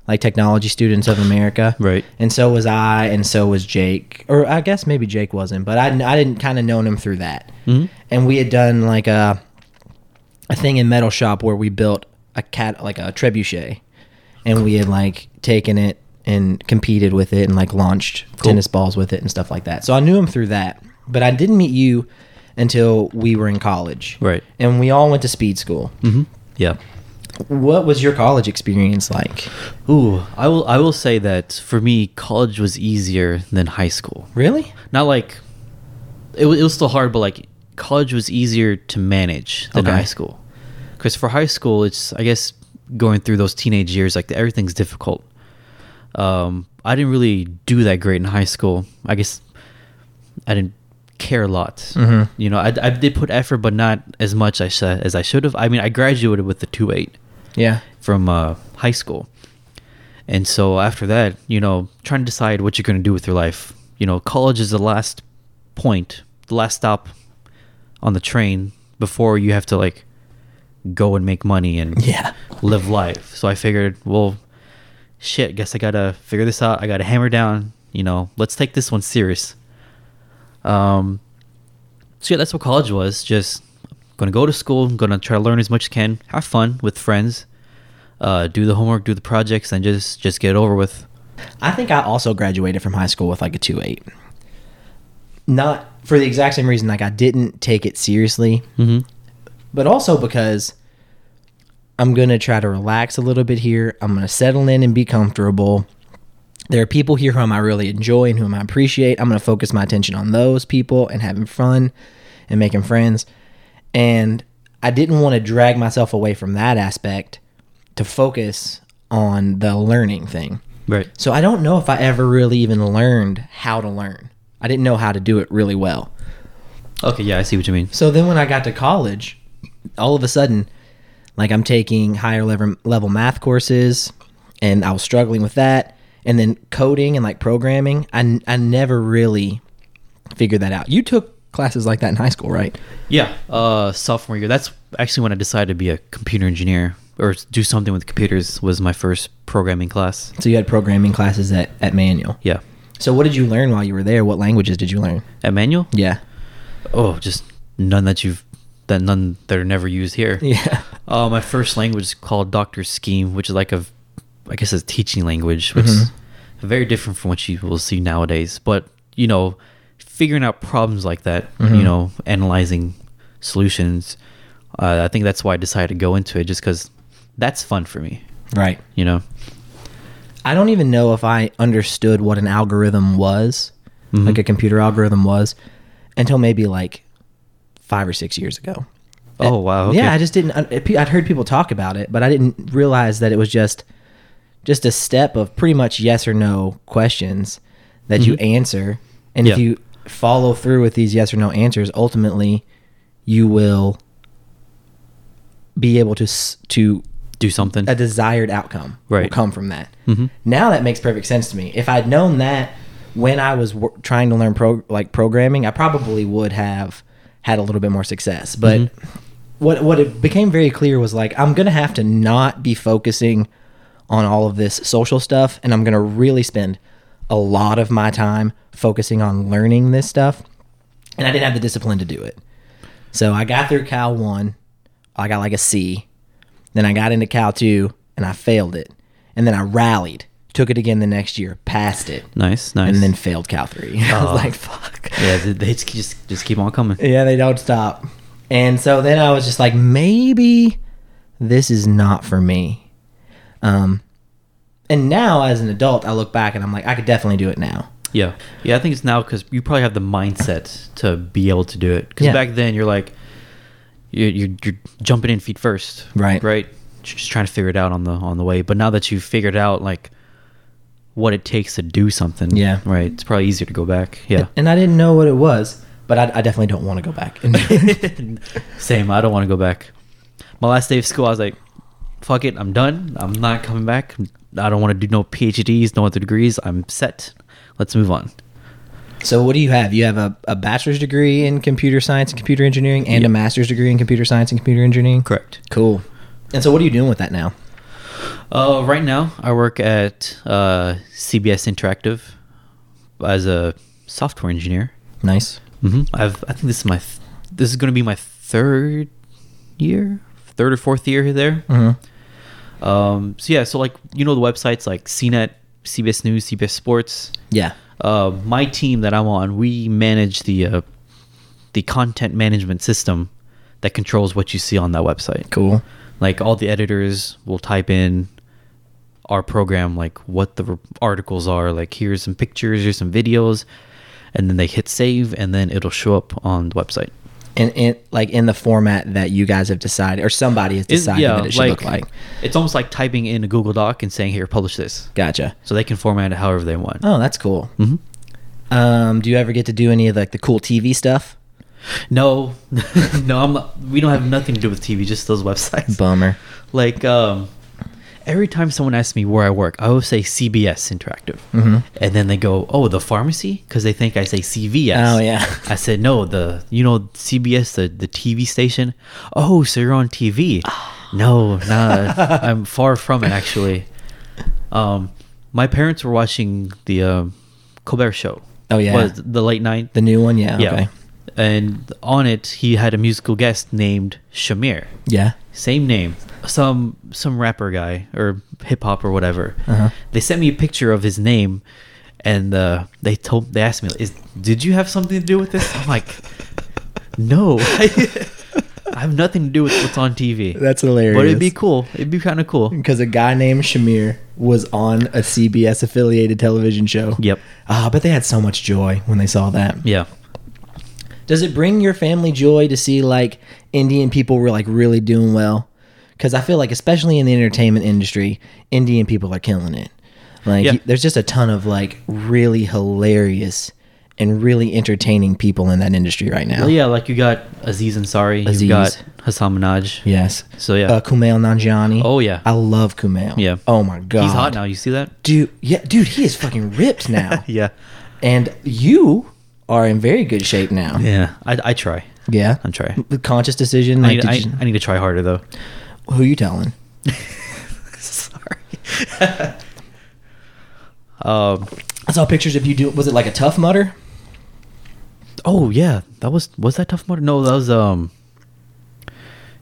like Technology Students of America,
Right.
And so was I, and so was Jake, or I guess maybe Jake wasn't, but I I didn't kind of known him through that.
Mhm.
And we had done like a a thing in metal shop where we built a cat like a trebuchet, and we had like taken it and competed with it and like launched tennis balls with it and stuff like that. So I knew him through that, but I didn't meet you until we were in college,
Right. Mm-hmm.
And we all went to speed school.
yeah.
What was your college experience like?
Ooh, I will. I will say that for me, college was easier than high school.
Really?
Not like it, wa- it was still hard, but like college was easier to manage than
Okay.
high school. Because for high school, it's I guess going through those teenage years, like everything's difficult. Um, I didn't really do that great in high school. I guess I didn't care a lot.
Mhm.
You know, I, I did put effort, but not as much I sh- as I should have. I mean, I graduated with a two eight
Yeah.
from uh, high school. And so after that, you know, trying to decide what you're going to do with your life. You know, college is the last point, the last stop on the train before you have to like go and make money and
Yeah.
live life. So I figured, well, shit, guess I got to figure this out. I got to hammer down, you know, let's take this one serious. Um, so yeah, that's what college was. Just gonna go to school, gonna try to learn as much as can, have fun with friends, uh, do the homework, do the projects, and just just get it over with.
I think I also graduated from high school with like a two eight. not for the exact same reason. Like I didn't take it seriously,
Mm-hmm.
but also because I'm gonna try to relax a little bit here. I'm gonna settle in and be comfortable. There are people here whom I really enjoy and whom I appreciate. I'm gonna focus my attention on those people and having fun and making friends. And I didn't want to drag myself away from that aspect to focus on the learning thing.
Right.
So I don't know if I ever really even learned how to learn. I didn't know how to do it really well.
Okay. Yeah, I see what you mean.
So then when I got to college, all of a sudden, like I'm taking higher level level math courses and I was struggling with that and then coding and like programming, I n- I never really figured that out. You took classes like that in high school, right?
Yeah. Uh, sophomore year. That's actually when I decided to be a computer engineer or do something with computers. Was my first programming class.
So you had programming classes at at Manual.
Yeah.
So what did you learn while you were there? What languages did you learn?
At manual.
Yeah.
Oh, just none that you've that none that are never used here.
Yeah.
Uh, my first language is called Doctor Scheme, which is like a, I guess, a teaching language, which is
Mm-hmm.
very different from what you will see nowadays. But you know, figuring out problems like that, you
Mm-hmm.
know, analyzing solutions. Uh, I think that's why I decided to go into it, just because that's fun for me.
Right.
You know,
I don't even know if I understood what an algorithm was,
Mm-hmm.
like a computer algorithm was, until maybe like five or six years ago.
Oh, wow, okay.
Yeah, I just didn't. I- I'd heard people talk about it, but I didn't realize that it was just just a step of pretty much yes or no questions that you answer, and if
Mm-hmm. Yeah.
you follow through with these yes or no answers, ultimately you will be able to s- to
do something.
a desired outcome will
Right.
come from that.
Mhm.
Now that makes perfect sense to me. If I'd known that when I was wor- trying to learn pro- like programming, I probably would have had a little bit more success. But
Mhm.
what what it became very clear was like I'm gonna have to not be focusing on all of this social stuff, and I'm gonna really spend a lot of my time focusing on learning this stuff. And I didn't have the discipline to do it. So I got through Cal 1. I got like a C. Then I got into Cal 2 and I failed it. And then I rallied, took it again the next year, passed it,
nice, nice.
and then failed Cal 3. I
Oh.
was like, fuck.
yeah, they, they just- just just keep on coming.
Yeah, they don't stop. And so then I was just like, maybe this is not for me. Um, and now as an adult, I look back and I'm like, I could definitely do it now.
Yeah, yeah. I think it's now because you probably have the mindset to be able to do it. Because
Yeah.
back then you're like, you're, you're you're jumping in feet first,
Right.
Right. Just trying to figure it out on the on the way. But now that you've figured out like what it takes to do something,
Yeah.
right. It's probably easier to go back. Yeah.
And I didn't know what it was, but I, I definitely don't want to go back. And
Same. I don't want to go back. My last day of school, I was like, "Fuck it, I'm done. I'm not coming back. I don't want to do no PhDs, no other degrees. I'm set. Let's move on."
so what do you have? You have a, a bachelor's degree in computer science and computer engineering and a master's degree in computer science and computer engineering?
Correct.
Cool. And so what are you doing with that now?
Uh, right now, I work at uh, CBS Interactive as a software engineer.
Nice.
hmm I've I think this is my th- this is going to be my third year, third or fourth year there.
Mhm.
Um, so yeah, so like you know the websites like CNET, CBS News, CBS Sports.
Yeah.
Uh, my team that I'm on, we manage the uh, the content management system that controls what you see on that website
Cool.
like all the editors will type in our program like what the r- articles are like here's some pictures here's some videos and then they hit save and then it'll show up on the website
And it like in the format that you guys have decided or somebody has
It-
decided that it should look like.
it's almost like typing in a google doc and saying here publish this
Gotcha.
so they can format it however they want
Oh, that's cool.
Mhm.
Um, do you ever get to do any of like the cool TV stuff?
no no i'm not- we don't have nothing to do with tv just those websites
Bummer.
like um every time someone asks me where i work i always say cbs interactive
Mhm.
and then they go oh the pharmacy because they think i say cvs
Oh, yeah.
i said no the you know cbs the, the tv station oh so you're on tv no nah, i'm far from it actually um my parents were watching the um colbert show
Oh, yeah.
was the late night
The new one, yeah.
yeah
Okay.
and on it he had a musical guest named shamir
Yeah.
same name some some rapper guy or hip hop or whatever
Uh-huh.
they sent me a picture of his name and uh, they told they asked me, Is, "Did you have something to do with this?" I'm like, "No, I, have nothing to do with what's on TV."
That's hilarious.
But it'd be cool. It'd be kind of cool.
because a guy named Shamir was on a CBS affiliated television show.
Yep.
Ah, but they had so much joy when they saw that.
Yeah.
Does it bring your family joy to see like Indian people were like really doing well? Because I feel like, especially in the entertainment industry, Indian people are killing it. Like,
Yeah.
you- there's just a ton of like really hilarious and really entertaining people in that industry right now.
Well, Oh, yeah, like you got Aziz Ansari,
Aziz.
you got Hassan Minaj.
Yes.
So yeah,
Uh, Kumail Nanjiani.
Oh, yeah.
I love Kumail.
Yeah.
Oh my god.
he's hot now. You see that?
Dude, yeah, dude, he is fucking ripped now.
Yeah.
And you are in very good shape now.
Yeah. I, I try.
Yeah.
I'm trying.
The conscious decision.
I
Like,
need,
did
I,
you-
I need to try harder though.
who you telling?
Sorry. um.
I saw pictures of you do. Was it like a tough mutter?
Oh yeah, that was was that tough mudder? No, that was um.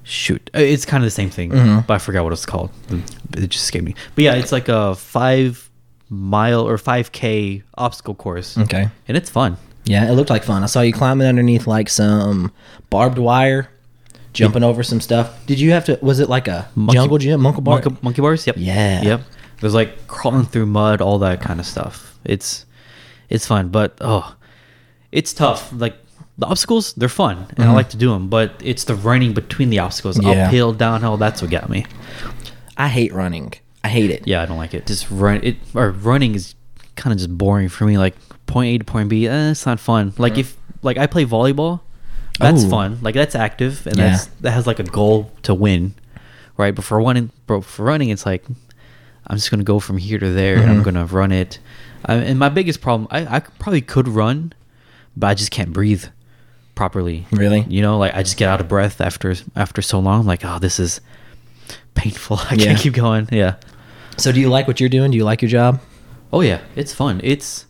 Shoot, Uh, it's kind of the same thing,
Mhm.
but I forgot what it's called. It just escaped me. But yeah, it's like a five mile or five k obstacle course,
Okay.
and it's fun.
Yeah, it looked like fun. I saw you climbing underneath like some barbed wire, jumping over some stuff. Did you have to? Was it like a
Monkey-
jungle gym, monkey bar?
Monkey, monkey bars. Yep.
Yeah.
Yep. There's like crawling through mud, all that kind of stuff. It's it's fun, but oh, it's tough. Like the obstacles, they're fun, and I like to do them. But it's the running between the obstacles,
Mm-hmm. Yeah.
uphill, downhill. That's what got me.
I hate running. I hate it.
Yeah, I don't like it. Just run it or running is kind of just boring for me. Like point A to point B, eh, it's not fun. Like if like I play volleyball, that's
Ooh.
fun. Like that's active and
Yeah.
that's that has like a goal to win, right? But for running, bro, for running, it's like I'm just gonna go from here to there and
Mm-hmm.
I'm gonna run it. I, and my biggest problem, I, I could- probably could run, but I just can't breathe properly.
Really?
You know, like I just get out of breath after after so long. I'm like, oh, this is painful. I
Yeah.
can't keep going. Yeah.
So, do you like what you're doing? Do you like your job?
Oh yeah, it's fun. It's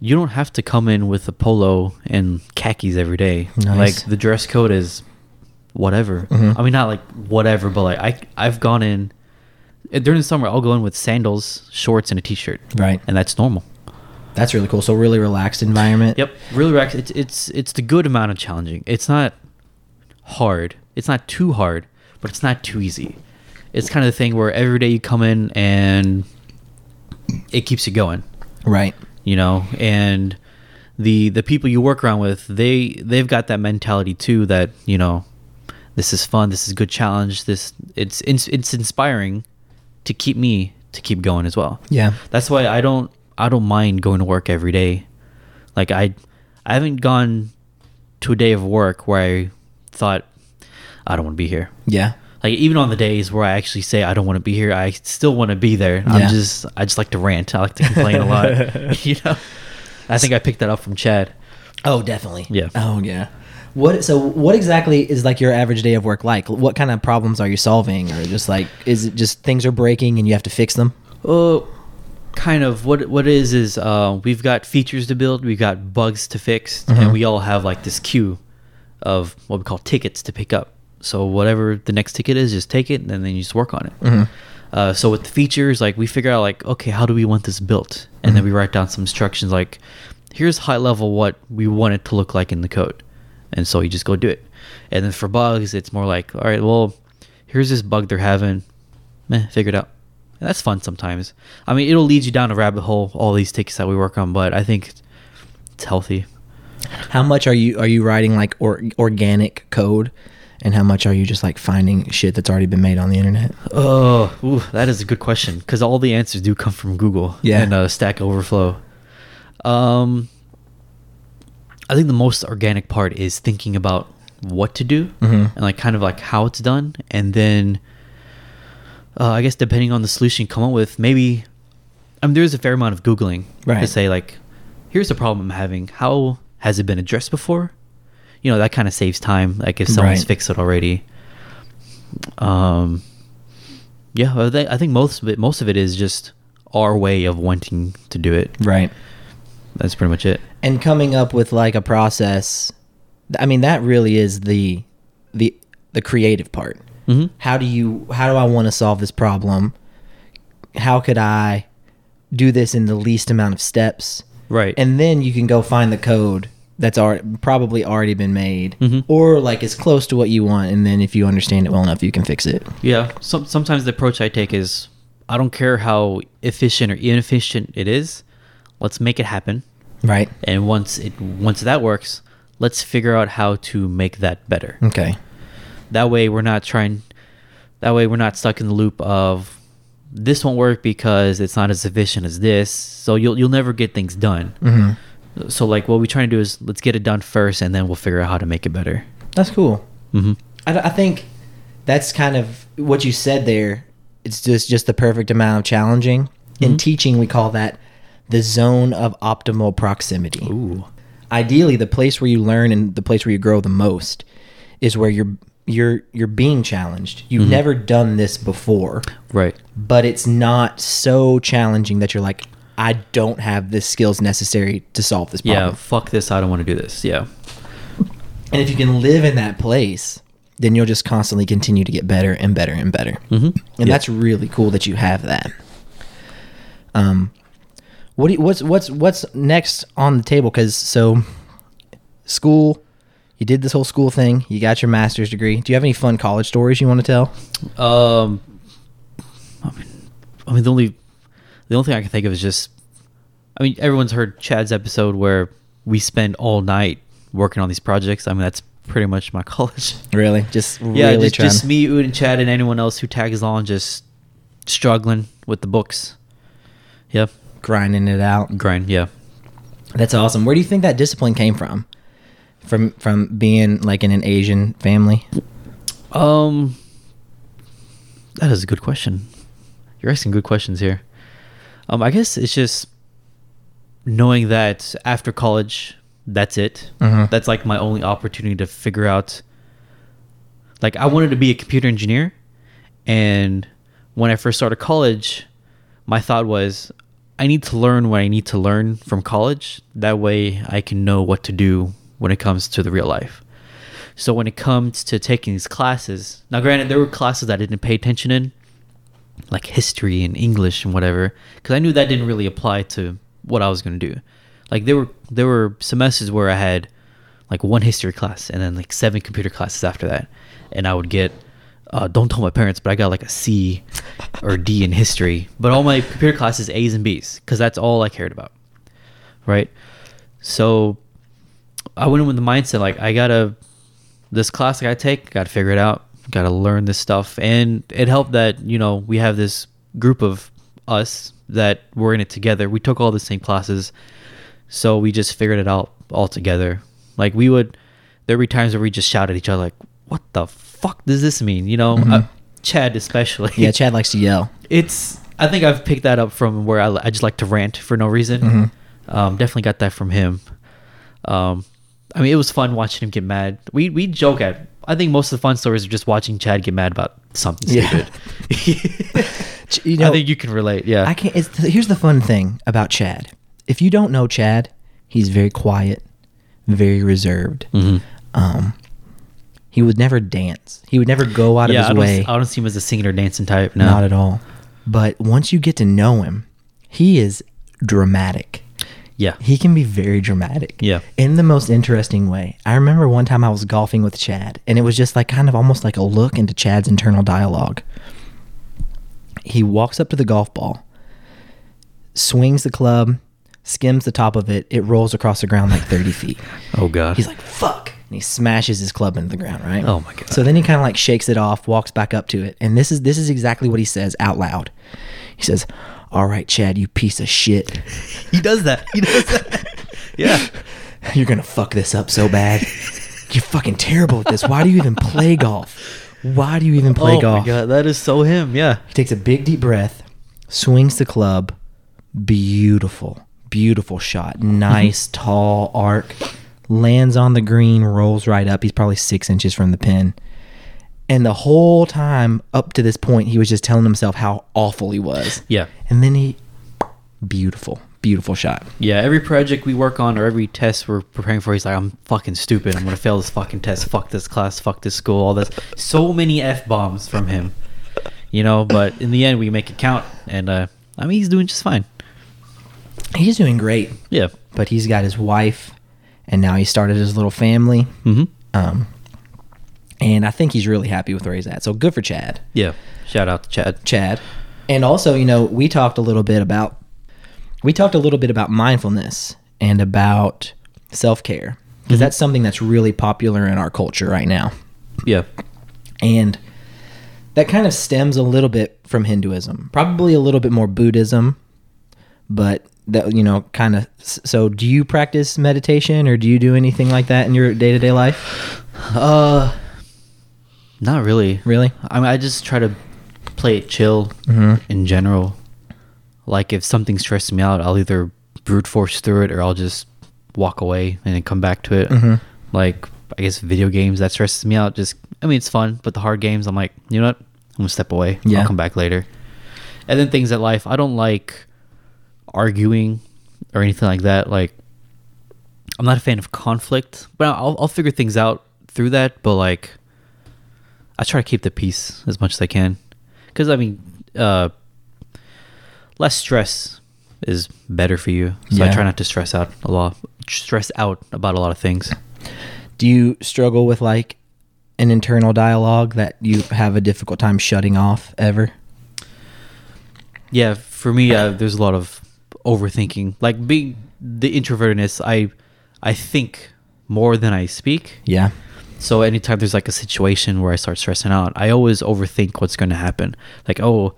you don't have to come in with a polo and khakis every day.
Nice.
Like the dress code is whatever.
Mhm.
I mean, not like whatever, but like I I've gone in eh, during the summer. I'll go in with sandals, shorts, and a t-shirt,
Right.
and that's normal.
That's really cool. So, really relaxed environment.
Yep, really relaxed. It's it's it's the good amount of challenging. It's not hard. It's not too hard, but it's not too easy. It's kind of the thing where every day you come in and it keeps you going.
Right.
you know and the the people you work around with they they've got that mentality too that you know this is fun this is a good challenge this it's it's, it's inspiring to keep me to keep going as well
Yeah.
that's why i don't i don't mind going to work every day like i i haven't gone to a day of work where i thought i don't want to be here
Yeah.
like even on the days where I actually say I don't want to be here, I still want to be there.
Yeah.
I'm just I just like to rant. I like to complain a lot. You know, I think I picked that up from Chad.
Oh, definitely.
Yeah.
Oh, yeah. What so what exactly is like your average day of work like? What kind of problems are you solving or just like is it just things are breaking and you have to fix them?
Oh, kind of what what it is is uh, we've got features to build, we've got bugs to fix, and we all have like this queue of what we call tickets to pick up. So whatever the next ticket is, just take it, and then you just work on it. Uh, so with the features, like we figure out like okay, how do we want this built, and then we write down some instructions like here's high level what we want it to look like in the code, and so you just go do it. And then for bugs, it's more like all right, well here's this bug they're having, meh, figure it out. And that's fun sometimes. I mean, it'll lead you down a rabbit hole. All these tickets that we work on, but I think it's healthy.
How much are you are you writing like or, organic code and how much are you just like finding shit that's already been made on the internet?
Oh, ooh, that is a good question because all the answers do come from Google
Yeah.
and uh, Stack Overflow. Um, I think the most organic part is thinking about what to do
Mhm.
and like kind of like how it's done, and then uh, I guess depending on the solution you come up with, maybe I mean there's a fair amount of googling to
Right.
say like, here's the problem I'm having. How has it been addressed before? You know that kind of saves time. Like if someone's
Right.
fixed it already. Um, yeah, I think, I think most of it most of it is just our way of wanting to do it.
Right.
That's pretty much it.
And coming up with like a process I mean that really is the the the creative part.
Mm-hmm.
how do you how do i want to solve this problem how could i do this in the least amount of steps.
Right.
And then you can go find the code that's already, probably already been made
Mhm.
or like as close to what you want. And then if you understand it well enough, you can fix it.
Yeah. Some, sometimes the approach I take is I don't care how efficient or inefficient it is. Let's make it happen.
Right.
And once it once that works, let's figure out how to make that better.
Okay.
That way we're not trying that way we're not stuck in the loop of this won't work because it's not as efficient as this. So you'll you'll never get things done.
hmm
So like what we're trying to do is let's get it done first and then we'll figure out how to make it better.
That's cool.
Mhm.
I, I think that's kind of what you said there. It's just just the perfect amount of challenging. In
Mhm.
teaching, we call that the zone of optimal proximity.
Ooh.
Ideally, the place where you learn and the place where you grow the most is where you're you're you're being challenged. You've never done this before,
Right.
but it's not so challenging that you're like, I don't have the skills necessary to solve this
Yeah,
problem.
fuck this. I don't want to do this. Yeah.
And if you can live in that place, then you'll just constantly continue to get better and better and better.
Mhm.
And
Yeah.
that's really cool that you have that. Um, what do you, what's what's what's next on the table? Because so, school, you did this whole school thing. You got your master's degree. Do you have any fun college stories you want to tell?
Um, I mean, I mean the only the only thing I can think of is just, I mean, everyone's heard Chad's episode where we spend all night working on these projects. I mean, that's pretty much my college.
Really, just
yeah,
really
just,
trying.
just
to-
me, Ud, and Chad, and anyone else who tags on, just struggling with the books. Yeah,
grinding it out.
grind. Yeah,
That's awesome. Where do you think that discipline came from? From from being like in an Asian family.
Um, that is a good question. You're asking good questions here. Um, I guess it's just knowing that after college, that's it.
Mhm.
That's like my only opportunity to figure out. Like, I wanted to be a computer engineer, and when I first started college, my thought was, I need to learn what I need to learn from college. That way, I can know what to do when it comes to the real life. So when it comes to taking these classes, now granted, there were classes I didn't pay attention in, like history and English and whatever, because I knew that didn't really apply to what I was going to do. Like there were there were semesters where I had like one history class and then like seven computer classes after that, and I would get uh, don't tell my parents, but I got like a C or D in history, but all my computer classes A's and B's because that's all I cared about, right? So I went in with the mindset like I gotta this class I gotta take, gotta figure it out, gotta learn this stuff, and it helped that you know we have this group of us that were in it together. We took all the same classes, so we just figured it out all together. Like we would, there would be times where we just shout at each other like, "What the fuck does this mean?" You know, uh, Chad especially.
Yeah, Chad likes to yell.
it's I think I've picked that up from where I, I just like to rant for no reason.
Mhm.
Um, definitely got that from him. Um, I mean, it was fun watching him get mad. We we joke at. I think most of the fun stories are just watching Chad get mad about something
Yeah.
stupid.
Ch- you know-
I think you can relate. Yeah,
I can't. It's, here's the fun thing about Chad. If you don't know Chad, he's very quiet, very reserved.
Mhm.
Um, he would never dance. He would never go out
yeah, I
of his
don't,
way.
I don't see him as a singer, or dancing type. No,
Not at all. But once you get to know him, he is dramatic.
Yeah,
He can be very dramatic.
Yeah.
In the most interesting way. I remember one time I was golfing with Chad, and it was just like kind of almost like a look into Chad's internal dialogue. He walks up to the golf ball, swings the club, skims the top of it. It rolls across the ground like 30 feet.
Oh, God.
He's like, fuck. And he smashes his club into the ground, right?
Oh, my God.
So then he kind of like shakes it off, walks back up to it. And this is this is exactly what he says out loud. He says, All right, Chad, you piece of shit.
he does that. He does that. yeah,
You're gonna fuck this up so bad. You're fucking terrible at this. Why do you even play golf? Why do you even play
oh
golf?
my god, that is so him. Yeah,
He takes a big deep breath, swings the club. Beautiful, beautiful shot. Nice tall arc. Lands on the green, rolls right up. He's probably six inches from the pin. And the whole time up to this point, he was just telling himself how awful he was.
yeah.
And then he, beautiful, beautiful shot.
Yeah, every project we work on or every test we're preparing for, he's like, I'm fucking stupid. I'm going to fail this fucking test. Fuck this class. Fuck this school. All this. So many F bombs from him. You know, but in the end, we make it count. And uh, I mean, he's doing just fine.
He's doing great,
Yeah.
but he's got his wife, and now he started his little family.
Mm-hmm.
Um, and I think he's really happy with where he's at. So good for Chad.
Yeah. Shout out to Chad.
Chad. And also, you know, we talked a little bit about we talked a little bit about mindfulness and about self-care because that's something that's really popular in our culture right now.
Yeah.
And that kind of stems a little bit from Hinduism, probably a little bit more Buddhism, but that you know kind of so do you practice meditation or do you do anything like that in your day-to-day life?
Uh, not really.
Really?
I mean, I just try to play it chill in general. Like if something stresses me out, I'll either brute force through it or I'll just walk away and then come back to it. Like I guess video games that stresses me out. Just I mean, it's fun, but the hard games, I'm like, you know what? I'm gonna step away.
Yeah.
I'll come back later. And then things in life, I don't like arguing or anything like that. Like I'm not a fan of conflict, but I'll I'll figure things out through that. But like. I try to keep the peace as much as I can, because I mean, uh, less stress is better for you. So I
Yeah.
try not to stress out a lot, stress out about a lot of things.
Do you struggle with like an internal dialogue that you have a difficult time shutting off ever?
Yeah, for me, uh, there's a lot of overthinking. Like being the introvertedness, I I think more than I speak.
Yeah.
So anytime there's like a situation where I start stressing out, I always overthink what's going to happen. Like, oh,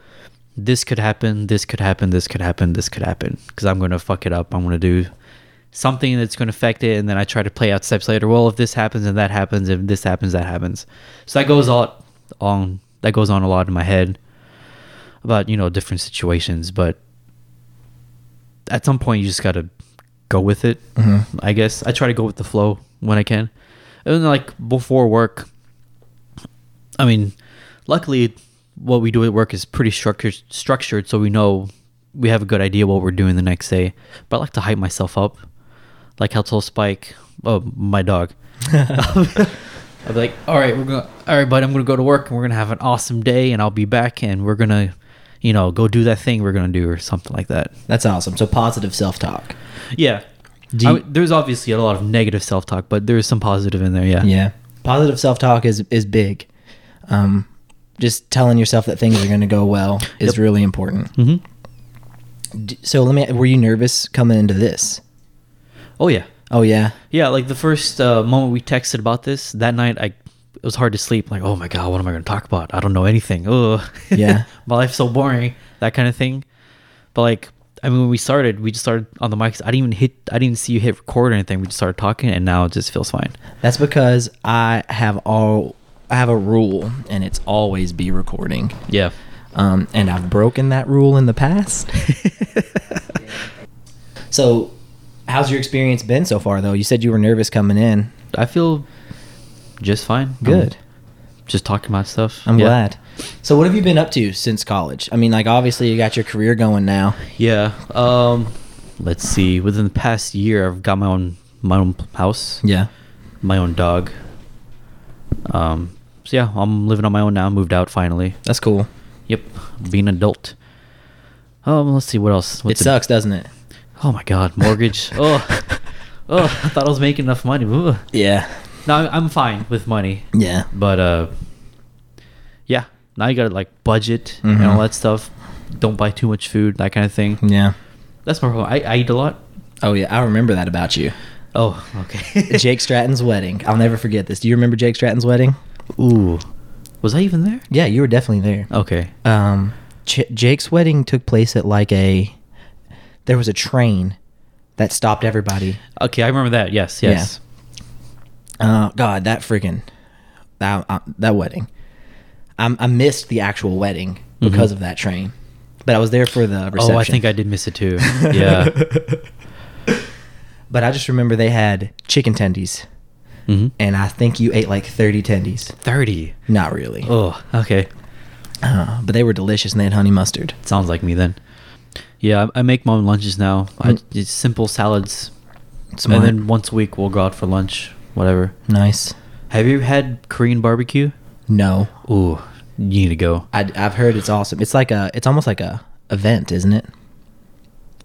this could happen, this could happen, this could happen, this could happen, because I'm going to fuck it up. I'm going to do something that's going to affect it, and then I try to play out steps later. Well, if this happens and that happens, if this happens, that happens. So that goes all on. That goes on a lot in my head about you know different situations, but at some point you just gotta go with it. I guess I try to go with the flow when I can. And then like before work, I mean, luckily what we do at work is pretty structured, structured, so we know we have a good idea what we're doing the next day. But I like to hype myself up, like how tell Spike, oh my dog. I'll be like, all right, we're gonna, all right, bud, I'm gonna go to work and we're gonna have an awesome day, and I'll be back, and we're gonna, you know, go do that thing we're gonna do or something like that.
That's awesome. So positive self talk.
Yeah.
Do
I
you-
mean, there's obviously a lot of negative self talk, but there is some positive in there. Yeah.
Yeah. Positive self talk is is big. Um just telling yourself that things are going to go well is
Yep. Mm-hmm.
really important.
Mhm.
D- So let me were you nervous coming into this?
Oh yeah.
Oh yeah.
Yeah. Like the first uh, moment we texted about this that night, I it was hard to sleep. Like, oh my god, what am I going to talk about? I don't know anything. Ugh.
Yeah.
my life's so boring. That kind of thing. But like, I mean, when we started, we just started on the mics. I didn't even hit. I didn't even see you hit record or anything. We just started talking, and now it just feels fine.
That's because I have all I have a rule and it's always be recording.
Yeah.
Um, and I've broken that rule in the past. so, how's your experience been so far, though? You said you were nervous coming in.
I feel just fine. I'm
Good.
just talking about stuff.
I'm
Yeah.
glad. So, what have you been up to since college? I mean, like, obviously, you got your career going now.
Yeah. Um, let's see. Within the past year, I've got my own my own house,
Yeah.
my own dog. Um, so yeah, I'm living on my own now. Moved out finally.
That's cool.
Yep, being an adult. Um, let's see what else.
It
What's in-
sucks, doesn't it?
Oh my god, mortgage. oh, oh, I thought I was making enough money. Ugh.
Yeah.
No, I- I'm fine with money,
Yeah.
but uh, yeah. Now you gotta like budget and
Mhm.
all that stuff. Don't buy too much food, that kind of thing.
Yeah.
That's my problem. I, I eat a lot.
Oh, yeah. I remember that about you.
Oh, okay.
Jake Stratton's wedding. I'll never forget this. Do you remember Jake Stratton's wedding?
Ooh, was I even there?
Yeah, you were definitely there.
Okay.
um, Ch- Jake's wedding took place at like a. There was a train that stopped everybody.
Okay, I remember that. Yes, yes.
Uh, God, that freaking that uh, that wedding. I'm, I missed the actual wedding because of that train, but I was there for the reception.
Mm-hmm. Oh, I think I did miss it too. Yeah.
But I just remember they had chicken tendies,
mm-hmm.
and I think you ate like 30 tendies.
Thirty.
Not really,
Oh, okay.
uh, but they were delicious, and they had honey mustard.
Sounds like me then. Yeah, I I make my own lunches now. I
Mm.
it's simple salads,
Smart.
and then once a week we'll go out for lunch, whatever.
nice.
Have you had Korean barbecue?
No,
Ooh, you need to go.
I, have heard it's awesome. It's like a, it's almost like a event, isn't it?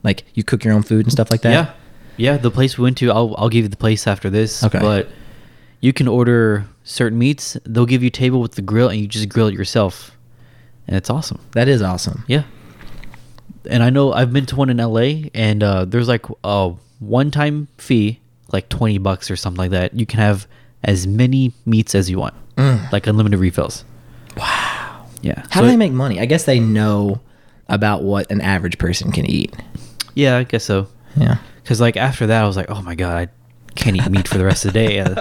Like you cook your own food and stuff like that.
Yeah, yeah. The place we went to, I'll I'll give you the place after this.
Okay.
But you can order certain meats. They'll give you a table with the grill, and you just grill it yourself, and it's awesome.
That is awesome.
Yeah. And I know I've been to one in LA, and uh, there's like a one-time fee, like twenty bucks or something like that. You can have as many meats as you want,
Mm.
like unlimited refills. Wow. Yeah.
How
So
do they
it-
make money? I guess they know about what an average person can eat.
Yeah, I guess so.
Yeah.
Because like after that, I was like, oh my god, I can't eat meat for the rest of the day. Uh,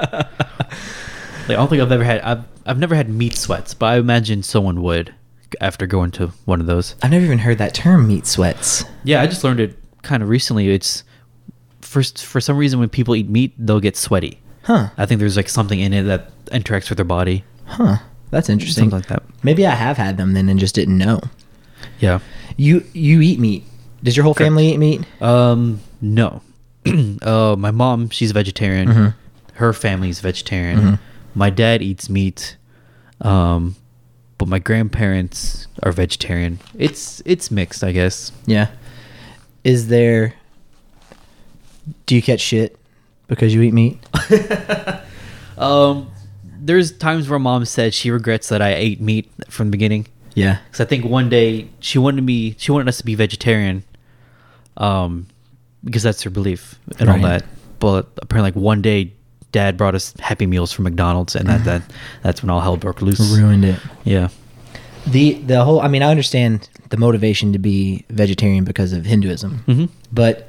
like I don't think I've ever had I've I've never had meat sweats, but I imagine someone would after going to one of those.
I've never even heard that term meat sweats.
Yeah, I just learned it kind of recently. It's first for some reason when people eat meat, they'll get sweaty.
Huh.
I think there's like something in it that interacts with their body.
Huh. That's interesting.
Something like that.
Maybe I have had them then and just didn't know.
Yeah.
You you eat meat. Does your whole
Correct.
family eat meat?
Um, no. uh, my mom, she's vegetarian.
Mhm.
Her family's vegetarian.
Mhm.
My dad eats meat. Um, but my grandparents are vegetarian. It's it's mixed, I guess.
Yeah. Is there Do you catch shit because you eat meat?
Um, there's times where mom said she regrets that I ate meat from the beginning.
yeah.
Because I think one day she wanted me, she wanted us to be vegetarian, um, because that's her belief and all
Right.
that. But apparently, like one day, Dad brought us Happy Meals from McDonald's, and that, that that's when all hell broke loose.
Ruined it.
Yeah,
The the whole I mean I understand the motivation to be vegetarian because of Hinduism.
Mhm.
But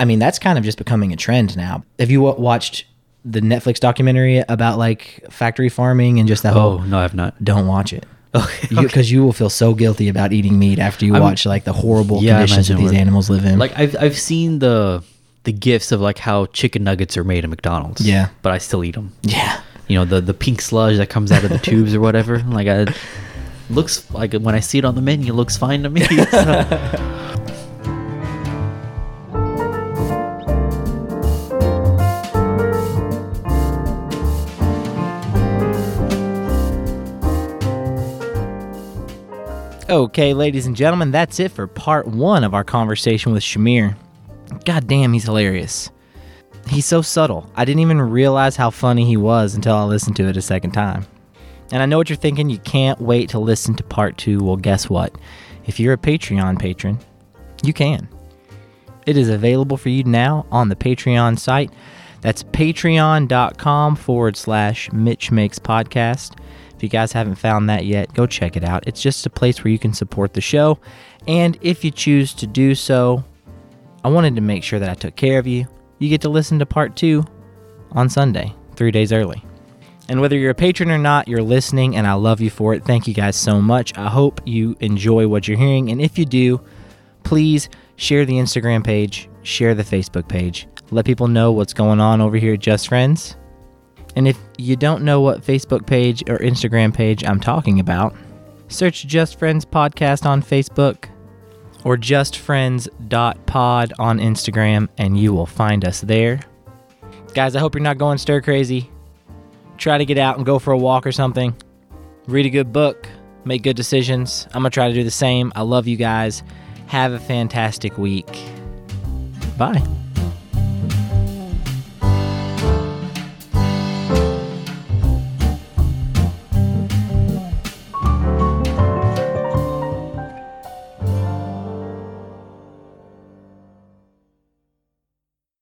I mean that's kind of just becoming a trend now. Have you wa- watched the Netflix documentary about like factory farming and just that whole
Oh, no, I've not.
Don't watch it.
Okay,
because you,
okay.
'cause you will feel so guilty about eating meat after you
I'm-
watch like the horrible
Yeah, I
conditions that
imagine it
these
would.
animals live in.
like I've I've seen the the gifs of like how chicken nuggets are made at McDonald's.
Yeah.
but I still eat them.
yeah,
You know the the pink sludge that comes out of the tubes or whatever. Like I looks like when I see it on the menu, it looks fine to me. so.
Okay, ladies and gentlemen, that's it for part one of our conversation with Shamir. God damn, he's hilarious. He's so subtle. I didn't even realize how funny he was until I listened to it a second time. And I know what you're thinking, you can't wait to listen to part two. Well, guess what? If you're a Patreon patron, you can. It is available for you now on the Patreon site. That's patreon.com forward slash Mitch Makes Podcast. If you guys haven't found that yet, go check it out. It's just a place where you can support the show. And if you choose to do so, I wanted to make sure that I took care of you. You get to listen to part two on Sunday, three days early. And whether you're a patron or not, you're listening, and I love you for it. Thank you guys so much. I hope you enjoy what you're hearing. And if you do, please share the Instagram page, share the Facebook page. Let people know what's going on over here at Just Friends. And if you don't know what Facebook page or Instagram page I'm talking about, search Just Friends Podcast on Facebook or justfriends.pod on Instagram, and you will find us there. Guys, I hope you're not going stir crazy. Try to get out and go for a walk or something. Read a good book. Make good decisions. I'm going to try to do the same. I love you guys. Have a fantastic week. Bye.